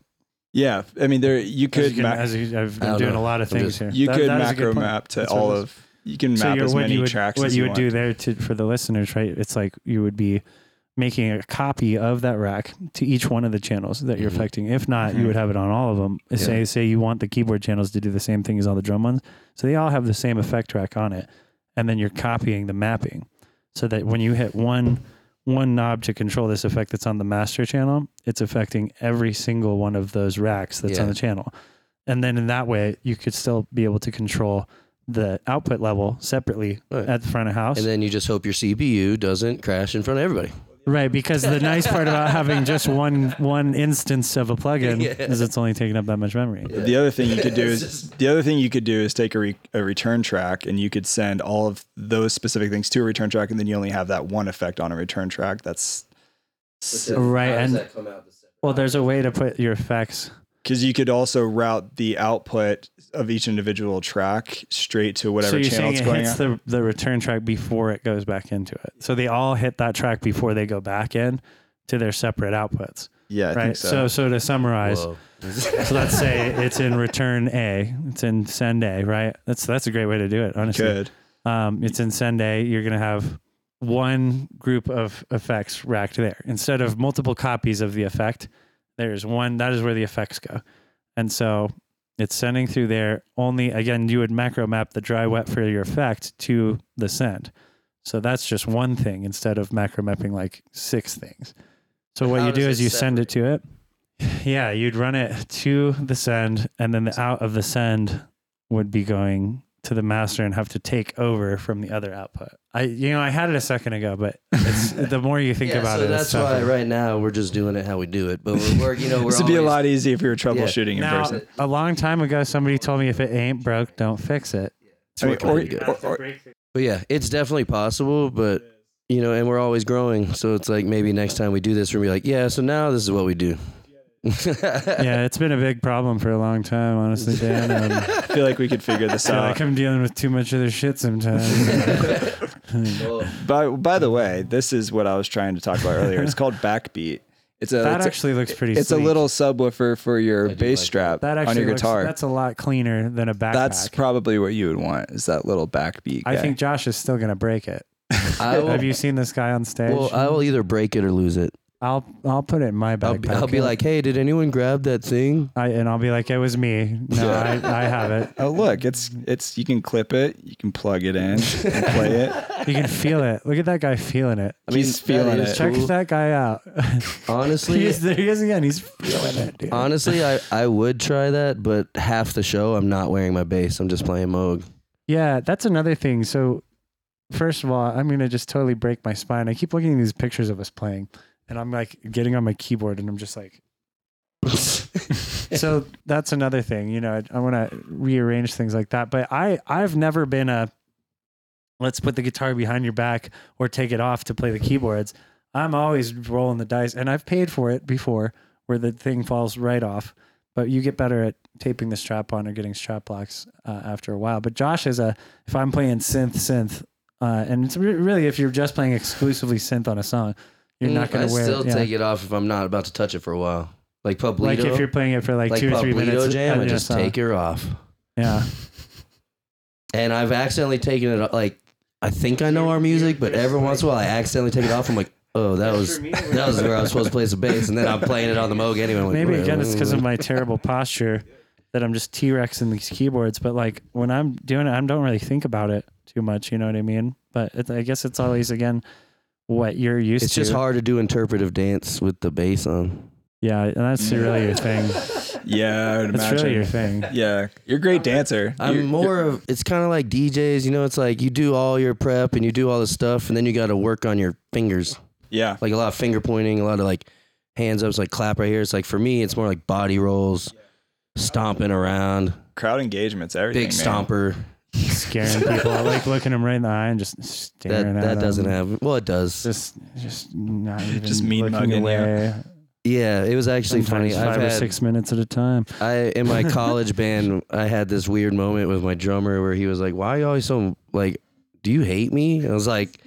A: Yeah, I mean, there you
C: as
A: could
C: you can,
A: ma-
C: as you, I've
B: I
C: been
B: don't
C: doing a
B: know.
C: lot of
B: I'm
C: things
B: just-
C: here.
A: you
C: That-
A: could
C: that is a good
A: macro
C: point.
A: map to
C: That's what
A: all
C: it is.
A: of. You can
C: so
A: map
C: you're-
A: as
C: what
A: many
C: you would,
A: tracks
C: what
A: as
C: you
A: you,
C: would
A: want.
C: do there to for the listeners, right? It's like you would be making a copy of that rack to each one of the channels that you're
B: Mhm.
C: affecting. If not, you
A: Mhm.
C: would have it on all of them. Say say you want the keyboard channels to do the same thing as all the drum ones, so they all have the same effect track on it, and then you're copying the mapping, so that when you hit one one knob to control this effect that's on the master channel, it's affecting every single one of those racks that's on
B: Yeah.
C: the channel. And then in that way, you could still be able to control the output level separately
B: Right.
C: at the front of house.
B: And then you just hope your CPU doesn't crash in front of everybody.
C: right, because the nice part about having just one one instance of a plugin
B: Yeah.
C: is it's only taking up that much memory.
A: The other thing you could do
B: It's
A: is
B: just-
A: the other thing you could do is take a, re- a return track and you could send all of those specific things to a return track and then you only have that one effect on a return track. That's
C: Right, How does and- that Well, there's a way to put your effects.
A: because you could also route the output of each individual track straight to
C: so
A: whatever
C: you're
A: channel
C: saying
A: it's
C: it
A: going
C: hits
A: on.
C: the, the return track before it goes back into it. So they all hit that track before they go back in to their separate outputs.
A: yeah, I
C: right.
A: think
C: so. so
A: so.
C: to summarize,
B: Whoa.
C: so let's say it's in return A, it's in send A, right? That's that's a great way to do it, honestly.
A: Good.
C: um, it's in Sunday. You're going to have one group of effects racked there instead of multiple copies of the effect. There's one that is where the effects go, and so it's sending through there. Only again, you would macro map the dry wet for your effect to the send. So that's just one thing instead of macro mapping like six things. So what
B: How
C: you do
B: does
C: is
B: it
C: you send it to it. Yeah, you'd run it to the send, and then the out of the send would be going to the master and have to take over from the other output. I, you know, I had it a second ago, but it's the more you think
B: Yeah,
C: about
B: so
C: it,
B: that's
C: it's
B: why
C: tougher.
B: right now we're just doing it how we do it. But we're, work- you know, we're
A: This would be a
B: always-
A: lot easier if you were troubleshooting in
C: Now,
A: person.
C: a long time ago, somebody told me if it ain't broke, don't fix it.
A: I mean,
B: working
A: or-
B: to get
A: or- or-
B: But yeah, it's definitely possible, but you know, and we're always growing. So it's like maybe next time we do this, we're gonna be like, yeah, so now this is what we do. yeah.
C: Yeah, it's been a big problem for a long time, honestly, Dan. and I
A: I feel like we could figure this
C: feel
A: out.
C: like
B: Uh,
C: I'm dealing with too much other shit sometimes.
A: By by the way, this is what I was trying to talk about earlier. It's called backbeat. It's a
C: that
A: it's a-
C: actually looks pretty.
A: it's a
C: sleek.
A: little subwoofer for your
B: do
A: bass
B: like
A: strap
C: that actually
A: on your
C: looks-
A: guitar.
C: That's a lot cleaner than a backpack.
A: that's probably what you would want is that little backbeat.
C: I
A: guy.
C: think Josh is still gonna break it.
B: I will,
C: Have you seen this guy on stage?
B: well, I will either break it or lose it.
C: I'll I'll put it in my backpack.
B: I'll be, I'll be like, hey, did anyone grab that thing?
C: I, and I'll be like, it was me. No, I, I have it.
A: Oh look, it's it's you can clip it, you can plug it in, and play it.
C: You can feel it. Look at that guy feeling it.
B: I mean,
A: He's
B: that
A: feeling
B: is
A: it.
C: Check
B: cool.
C: that guy out. he
B: Honestly,
C: is there. He is again. He's feeling it, dude.
B: honestly, I, I would try that, but half the show I'm not wearing my bass. I'm just playing Moog.
C: Yeah, that's another thing. So, first of all, I'm gonna just totally break my spine. I keep looking at these pictures of us playing, and I'm like getting on my keyboard, and I'm just like, so that's another thing you know i, I want to rearrange things like that but i i've never been a let's put the guitar behind your back or take it off to play the keyboards i'm always rolling the dice and i've paid for it before where the thing falls right off but you get better at taping the strap on or getting strap locks uh, after a while but josh is a if i'm playing synth synth Uh, and it's re- really if you're just playing exclusively synth on a song, you're not going
B: Mm, I
C: to wear.
B: still
C: yeah.
B: take it off if I'm not about to touch it for a while. Like Publito.
C: like if you're playing it for like, two or three
B: Publito
C: minutes.
B: jam,
C: of
B: I
C: your
B: just
C: song.
B: take her off.
C: Yeah,
B: And I've accidentally taken it off. Like I think I know our music, but every once in a while I accidentally take it off. I'm like, oh, that was that was where I was supposed to play some bass, and then I'm playing it on the Moog anyway. I'm like,
C: maybe again it's because of my terrible posture that I'm just T Rex in these keyboards. But like when I'm doing it, I don't really think about it too much. You know what I mean? But it, I guess it's always again what you're used
B: It's
C: to.
B: just hard to do interpretive dance with the bass on.
C: Yeah, and that's really your thing.
A: Yeah, I would
C: That's
A: imagine.
C: really your thing.
A: yeah, you're a great dancer.
B: I'm
A: You're-
B: more of it's kind of like DJs, you know. It's like you do all your prep and you do all this stuff, and then you got to work on your fingers.
A: yeah,
B: like a lot of finger pointing, a lot of like hands ups, like clap right here. It's like for me, it's more like body rolls, stomping around,
A: crowd engagement's everything.
B: big
A: man.
B: stomper.
C: Scaring people. I like looking them right in the eye and just staring
B: That
C: at
B: that
C: them.
B: doesn't happen. Well, it does.
C: Just, just not even
A: Just mean
C: looking
A: mugging you.
C: away.
B: Yeah, it was actually
C: Sometimes
B: funny.
C: five
B: I've
C: or
B: had,
C: six minutes at a time.
B: I in my college band, I had this weird moment with my drummer where he was like, "Why are you always so like? Do you hate me?" And I was like.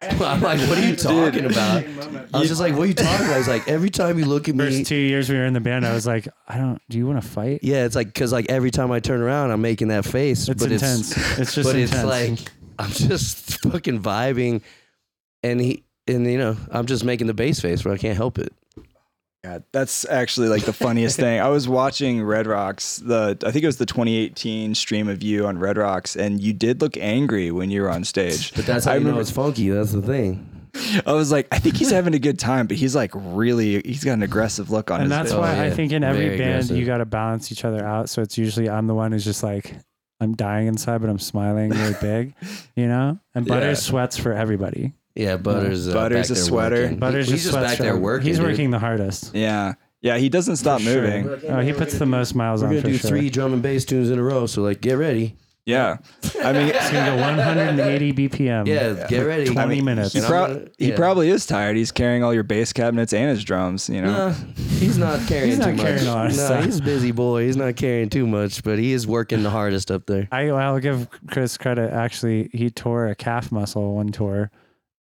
B: I'm like, what are you talking about? I was just like, what are you talking about? He's like, every time you look at me,
C: First two years we were in the band, I was like, I don't. Do you want to fight?
B: yeah, it's like because like every time I turn around, I'm making that face.
C: It's
B: but It's,
C: intense. It's, just
B: but
C: intense.
B: it's like I'm just fucking vibing, and he and you know I'm just making the bass face where I can't help it.
A: God, that's actually like the funniest thing. I was watching Red Rocks, the I think it was the 2018 stream of you on Red Rocks, and you did look angry when you were on stage.
B: But that's how
A: I
B: you know
A: remember-
B: it's funky. That's the thing.
A: I was like, I think he's having a good time, but he's like really, he's got an aggressive look on
C: and
A: his
C: that's
A: face.
B: Oh,
C: why I
B: yeah.
C: think in every
B: Very
C: band you
B: aggressive.
C: got to balance each other out. So it's usually I'm the one who's just like I'm dying inside, but I'm smiling really big, you know. And
A: Yeah.
C: Butters sweats for everybody.
B: Yeah, Butters. Uh,
A: Butters
B: back
A: a
B: there
A: sweater.
B: working.
C: Butters
B: He- he's
C: just
B: just
C: sweats
B: back
C: for
B: there
C: every-
B: working.
C: He's
B: dude.
C: working the hardest.
A: Yeah. Yeah. He doesn't stop
C: For sure.
A: moving.
C: Oh, he puts the most miles
B: We're
C: on
B: gonna
C: for
B: do
C: sure.
B: three drum and bass tunes in a row. So like, get ready.
A: Yeah. I mean,
C: He's gonna go 180 BPM.
B: Yeah, get ready.
C: 20
A: I mean,
C: minutes.
A: He,
B: And I'm
A: prob-
B: gonna-
A: he
B: yeah.
A: probably is tired. He's carrying all your bass cabinets and his drums, you know?
B: Nah, he's not carrying
C: He's not
B: too much.
C: carrying a lot of
B: Nah,
C: stuff.
B: he's a busy boy. He's not carrying too much, but he is working the hardest up there.
C: I, I'll give Chris credit. Actually, he tore a calf muscle one tour,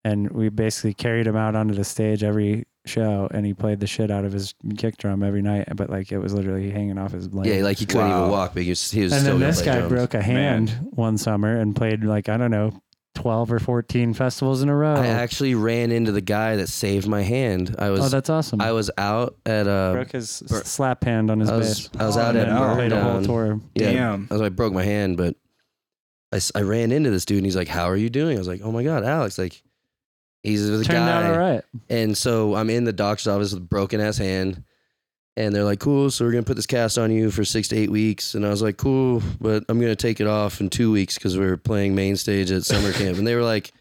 C: and we basically carried him out onto the stage every show, and he played the shit out of his kick drum every night. But like, it was literally hanging off his leg.
B: Yeah, like he couldn't
A: Wow.
B: even walk, but he was, he was
C: and
B: still
C: then
B: gonna
C: this
B: play
C: guy
B: drums.
C: broke a hand one summer and played like I don't know, twelve or fourteen festivals in a row.
B: I actually ran into the guy that saved my hand. I was
C: oh, that's awesome.
B: I was out at uh,
C: broke his s- slap hand on his
B: I
C: bass.
B: was, I was out
A: Oh,
B: at
A: no.
B: Burn
C: played a whole
B: Down.
C: tour.
B: Yeah,
A: Damn.
B: I was I broke my hand, but I, s- I ran into this dude and he's like, "How are you doing?" I was like, "Oh my god, Alex!" Like, he's the
C: Turned
B: guy.
C: out all right.
B: And so I'm in the doctor's office with a broken ass hand, and they're like, "Cool, so we're gonna put this cast on you for six to eight weeks." And I was like, "Cool, but I'm gonna take it off in two weeks because we are playing main stage at summer camp." And they were like,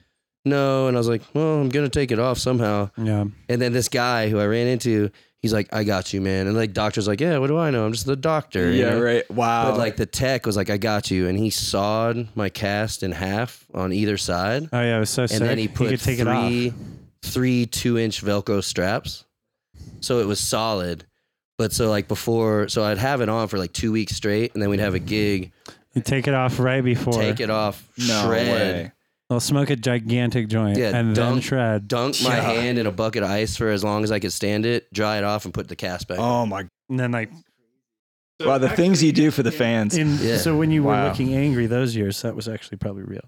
B: "No," and I was like, "Well, I'm gonna take it off somehow."
C: Yeah.
B: And then this guy who I ran into, he's like, "I got you, man." And like, doctor's like, "Yeah, what do I know? I'm just the doctor." you
A: yeah.
B: know?
A: Right. Wow.
B: But like the tech was like, "I got you," and he sawed my cast in half on either side,
C: Oh yeah, it was so sick.
B: and then he
C: he
B: put
C: could take it
B: three, three two-inch Velcro straps, so it was solid. But so like before, so I'd have it on for like two weeks straight, and then we'd have a gig,
C: off. You take it off right before.
B: take it off,
A: no
B: shred,
A: way.
C: I'll smoke a gigantic joint
B: Yeah,
C: and then
B: dunk-
C: shred.
B: dunk my
A: Yeah.
B: hand in a bucket of ice for as long as I could stand it, dry it off, and put the cast back.
A: Oh, my.
C: And then like
A: wow. The things you do for the fans.
C: in,
B: Yeah.
C: so when you were
A: Wow.
C: looking angry those years, that was actually probably real.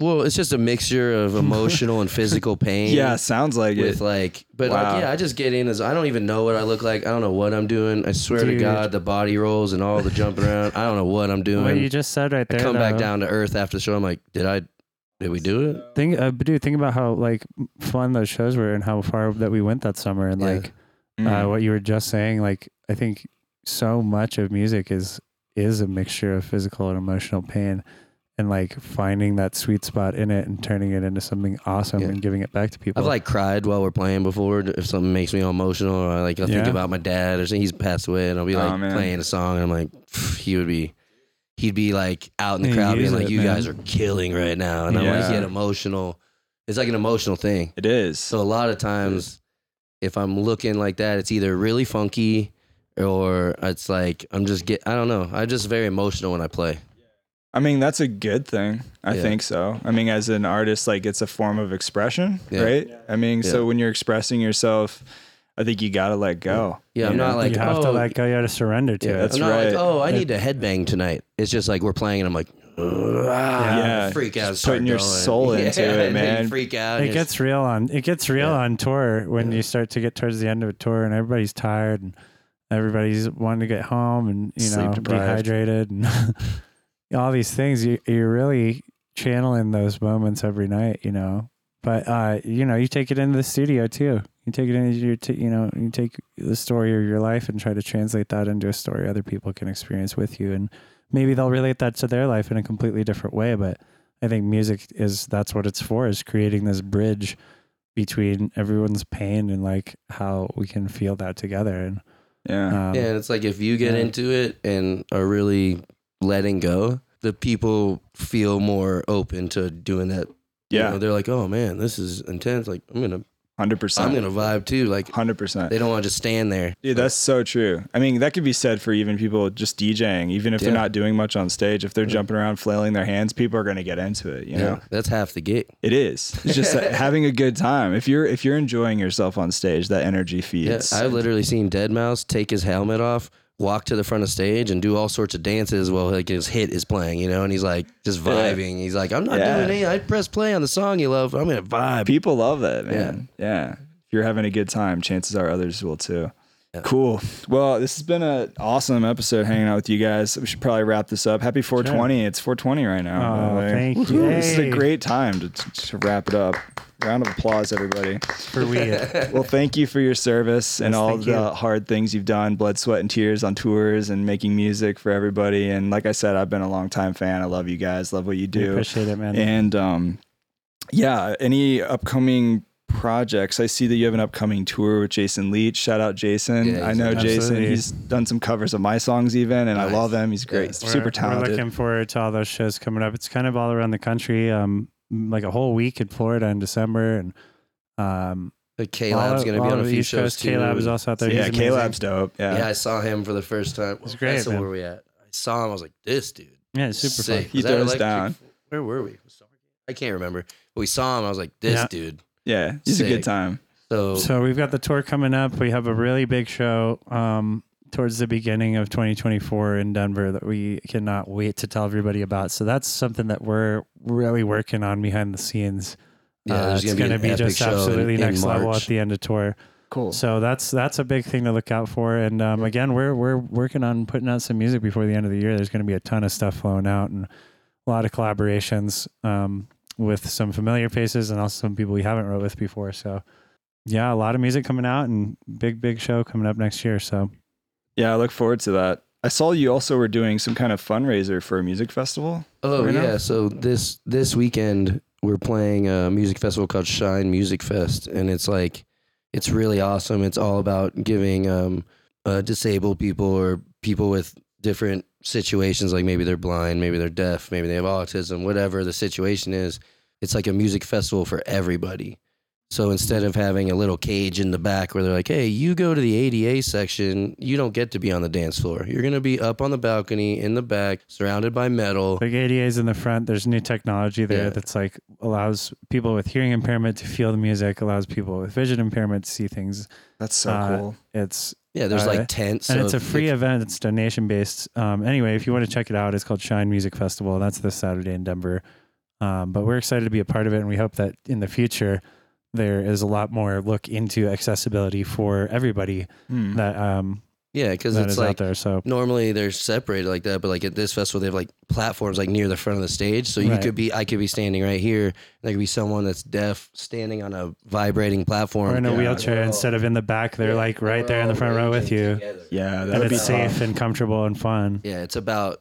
B: Well, it's just a mixture of emotional and physical pain.
A: yeah. Sounds like
B: With
A: it.
B: like, but
A: Wow.
B: like, yeah, I just get in as I don't even know what I look like. I don't know what I'm doing. I swear
C: Dude.
B: to God, the body rolls and all the jumping around. I don't know what I'm doing.
C: What you just said right
B: I
C: there.
B: come back
C: though,
B: down to earth after the show. I'm like, did I, did we do it?
C: Think, uh, but dude, think about how like fun those shows were and how far that we went that summer, and
B: Yeah.
C: like
A: Mm.
C: uh, what you were just saying. Like I think so much of music is is a mixture of physical and emotional pain, and like finding that sweet spot in it and turning it into something awesome
B: Yeah.
C: and giving it back to people.
B: I've like cried while we're playing before. If something makes me all emotional, or I, like I think
C: Yeah.
B: about my dad or something, he's passed away, and I'll be
A: Aw,
B: like
A: man.
B: playing a song, and I'm like, pff, he would be, he'd be like out in the
C: Yeah,
B: crowd,
C: use
B: being like,
C: it,
B: you
C: man.
B: guys are killing right now, and I'm like,
A: Yeah.
B: get emotional. It's like an emotional thing.
A: it is.
B: So a lot of times, if I'm looking like that, it's either really funky or it's like I'm just get. I don't know. I'm just very emotional when I play.
A: I mean, that's a good thing. I
B: Yeah.
A: think so. I mean, as an artist, like it's a form of expression,
B: Yeah.
A: right? I mean,
B: Yeah.
A: so when you're expressing yourself, I think you got to let go.
B: Yeah,
A: you
B: I'm
A: know?
B: not like
C: you have
B: oh,
C: to let go. You have to surrender to
B: yeah,
C: it.
A: that's
B: I'm not
A: right.
B: Like, oh, I
C: Yeah.
B: need to headbang tonight. It's just like we're playing, and I'm like, yeah,
A: Yeah,
B: freak out,
A: just
B: start
A: putting your
B: going.
A: soul into
B: Yeah,
A: it,
B: and then you
A: man.
B: Freak out.
C: It gets real on it gets real
B: Yeah.
C: on tour when
B: Yeah.
C: you start to get towards the end of a tour and everybody's tired and everybody's wanting to get home and you know
A: Sleep deprived.
C: dehydrated and all these things. You you're really channeling those moments every night, you know. But uh, you know, you take it into the studio too. You take it into your, t- you know, you take the story of your life and try to translate that into a story other people can experience with you, and maybe they'll relate that to their life in a completely different way. But I think music is that's what it's for is creating this bridge between everyone's pain and like how we can feel that together. And
A: Yeah.
C: um,
B: yeah, and it's like if you get
C: yeah.
B: into it and are really letting go, the people feel more open to doing that. You know,
A: Yeah.
B: they're like, oh man, this is intense. Like I'm gonna, I'm
A: 100%.
B: gonna vibe too. Like
A: 100%.
B: they don't want to just stand there.
A: Dude, that's so true. I mean, that could be said for even people just DJing, even if
B: Yeah.
A: they're not doing much on stage, if they're jumping around flailing their hands, people are going to get into it, you
B: Yeah,
A: know.
B: that's half the gig.
A: It is. It's just like, having a good time. If you're if you're enjoying yourself on stage, that energy
B: Yeah,
A: feeds.
B: I've literally seen Dead Mouse take his helmet off, walk to the front of stage, and do all sorts of dances while like his hit is playing, you know, and he's like just vibing. He's like, I'm not
A: Yeah.
B: doing anything. I press play on the song you love. I'm gonna vibe.
A: People love that, man. Yeah. If you're having a good time, chances are others will too. Cool. Well, this has been an awesome episode hanging out with you guys. We should probably wrap this up. Happy 420. It's 420 right now.
C: Oh,
A: by the way.
C: thank you.
A: This is a
C: Yay.
A: great time to, to wrap it up. Round of applause, everybody.
C: for weed.
A: Well, thank you for your service and
C: Yes,
A: all
C: thank
A: the
C: you.
A: hard things you've done blood, sweat, and tears on tours and making music for everybody. And like I said, I've been a long time fan. I love you guys, love what you
C: We
A: do.
C: appreciate it, man.
A: And um, yeah, any upcoming projects? I see that you have an upcoming tour with Jason Leach. Shout out Jason.
B: Yeah,
A: I know
C: he's-
A: Jason.
C: Absolutely.
A: He's done some covers of my songs even, and I
B: Nice.
A: love him. He's great.
B: Yeah.
A: He's
C: We're-
A: super
C: We're
A: talented.
C: looking forward to all those shows coming up. It's kind of all around the country. Um, like a whole week in Florida in December, and um,
B: But K
C: all
B: Lab's
C: of-
B: gonna be
C: all
B: on a
C: of the
B: few
C: East
B: shows
C: Coast.
B: too.
C: K Lab is also out there.
A: yeah,
C: He's
A: K
C: amazing.
A: Lab's dope.
B: Yeah,
A: Yeah.
B: I saw him for the first time.
C: It's
B: Well,
C: great,
B: Festival
C: man.
B: where we at? I saw him. I was like, this dude.
C: Yeah, it's super
B: sick.
C: fun.
A: He
B: Was that
A: threw us
B: electric-
A: down.
B: Where were we? I can't remember. But we saw him. I was like, this
C: Yeah.
B: dude.
A: Yeah. He's a
B: Sick.
A: good time.
B: So,
C: So we've got the tour coming up. We have a really big show um, towards the beginning of 2024 in Denver that we cannot wait to tell everybody about. So that's something that we're really working on behind the scenes.
B: Yeah,
C: Uh,
B: there's
C: it's
B: gonna be
C: going to
B: an
C: be
B: epic
C: just
B: show in-
C: absolutely
B: in
C: next level
B: March.
C: at the end of tour.
A: Cool.
C: So that's that's a big thing to look out for. And um, again, we're we're working on putting out some music before the end of the year. There's going to be a ton of stuff flowing out and a lot of collaborations um, with some familiar faces and also some people we haven't wrote with before. So yeah, a lot of music coming out and big big show coming up next year. So
A: Yeah, I look forward to that. I saw you also were doing some kind of fundraiser for a music festival.
B: Oh
A: right now?
B: yeah, so this this weekend we're playing a music festival called Shine Music Fest, and it's like it's really awesome. It's all about giving um, uh, disabled people or people with different situations, like maybe they're blind, maybe they're deaf, maybe they have autism, whatever the situation is. It's like a music festival for everybody. So instead of having a little cage in the back where they're like, hey, you go to the ADA section, you don't get to be on the dance floor. You're going to be up on the balcony in the back, surrounded by metal.
C: like ADA's in the front. There's new technology there
B: Yeah.
C: that's like allows people with hearing impairment to feel the music, allows people with vision impairment to see things.
A: That's so
C: Uh,
A: cool.
C: It's
B: Yeah, there's
C: Uh,
B: like tents.
C: and
B: so
C: it's a
B: if-
C: free event. It's donation based. Um, anyway, if you want to check it out, it's called Shine Music Festival. That's this Saturday in Denver. Um, but we're excited to be a part of it, and we hope that in the future there is a lot more look into accessibility for everybody
A: Hmm.
C: that um,
B: Yeah, because
C: that is
B: it's like
C: out there. So
B: normally they're separated like that, but like at this festival they have like platforms like near the front of the stage, so you
C: Right.
B: could be I could be standing right here. and There could be someone that's deaf standing on a vibrating platform
C: we're in a
A: Yeah.
C: wheelchair instead of in the back. They're
B: Yeah,
C: like right
B: we're
C: there in the
B: all
C: front row with
B: raging
C: you,
B: together.
A: Yeah,
C: and
A: that'd be
C: it's safe
A: tough.
C: and comfortable and fun.
B: Yeah, it's about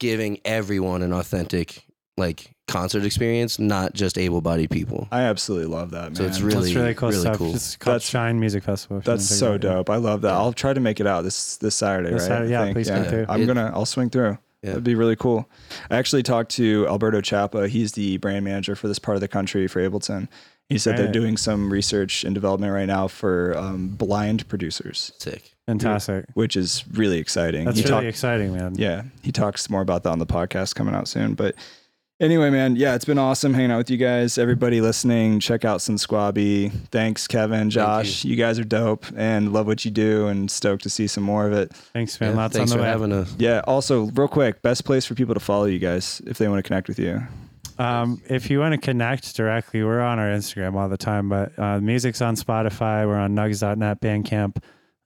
B: giving everyone an authentic like concert experience, not just able-bodied people.
A: I absolutely love that, man.
B: So it's really,
C: That's really cool stuff.
B: cool.
C: It's called
A: That's-
C: Shine Music Festival. if you wanna
A: That's
C: check it
A: so
C: out.
A: dope. I love that. I'll try to make it out this this Saturday,
C: This
A: right?
C: Saturday,
A: I
C: yeah,
A: think.
C: please
A: yeah.
C: come through.
A: I'm
B: It-
A: gonna. I'll swing through.
B: Yeah.
A: That'd be really cool. I actually talked to Alberto Chapa. He's the brand manager for this part of the country for Ableton, He said they're
C: Right.
A: doing some research and development right now for um, blind producers,
B: Sick.
C: Fantastic.
A: which is really exciting.
C: That's
A: he
C: really
A: talked-
C: exciting, man.
A: yeah, he talks more about that on the podcast coming out soon. But anyway, man, yeah, it's been awesome hanging out with you guys. Everybody listening, check out Sin Squabby. Thanks, Kevin, Josh. you. guys are dope and love what you do and stoked to see some more of it.
C: Thanks, man.
B: Yeah,
C: Lots on
B: thanks
C: the
B: for
C: way.
B: having us.
A: Yeah, also, real quick, best place for people to follow you guys if they want to connect with you.
C: Um, if you want to connect directly, we're on our Instagram all the time, but uh, music's on Spotify. We're on nugs.net, Bandcamp,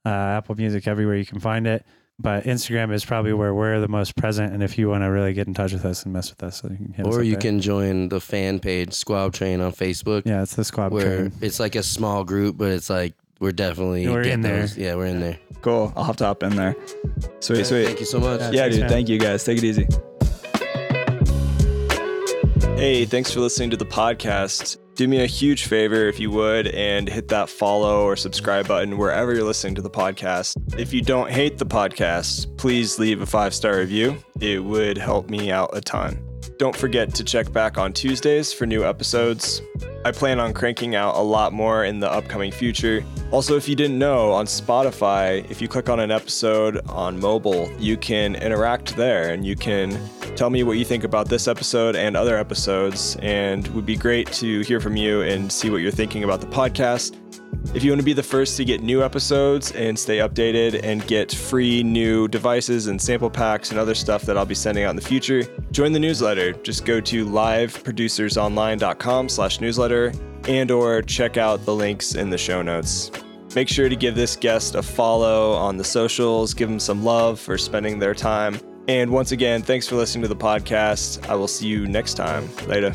C: uh, Apple Music, everywhere you can find it. But Instagram is probably where we're the most present. And if you want to really get in touch with us and mess with us, you can hit us
B: Or
C: up
B: you
C: there.
B: can join the fan page Squab Train on Facebook,
C: Yeah, it's the squad
B: where
C: train.
B: it's like a small group, but it's like we're definitely
C: We're
B: get
C: in there.
B: those- Yeah, we're in there.
A: Cool. I'll have to hop in there. Sweet, sweet.
B: Thank you so much.
C: Yeah.
A: Yeah,
C: Thanks,
A: dude.
C: man.
A: Thank you guys. Take it easy. Hey, thanks for listening to the podcast. Do me a huge favor if you would and hit that follow or subscribe button wherever you're listening to the podcast. If you don't hate the podcast, please leave a five star review. It would help me out a ton. Don't forget to check back on Tuesdays for new episodes. I plan on cranking out a lot more in the upcoming future. Also, if you didn't know, on Spotify, if you click on an episode on mobile, you can interact there and you can tell me what you think about this episode and other episodes. And it would be great to hear from you and see what you're thinking about the podcast. If you want to be the first to get new episodes and stay updated and get free new devices and sample packs and other stuff that I'll be sending out in the future, join the newsletter. Just go to liveproducersonline.com slash newsletter and or check out the links in the show notes. Make sure to give this guest a follow on the socials, give them some love for spending their time. And once again, thanks for listening to the podcast. I will see you next time. Later.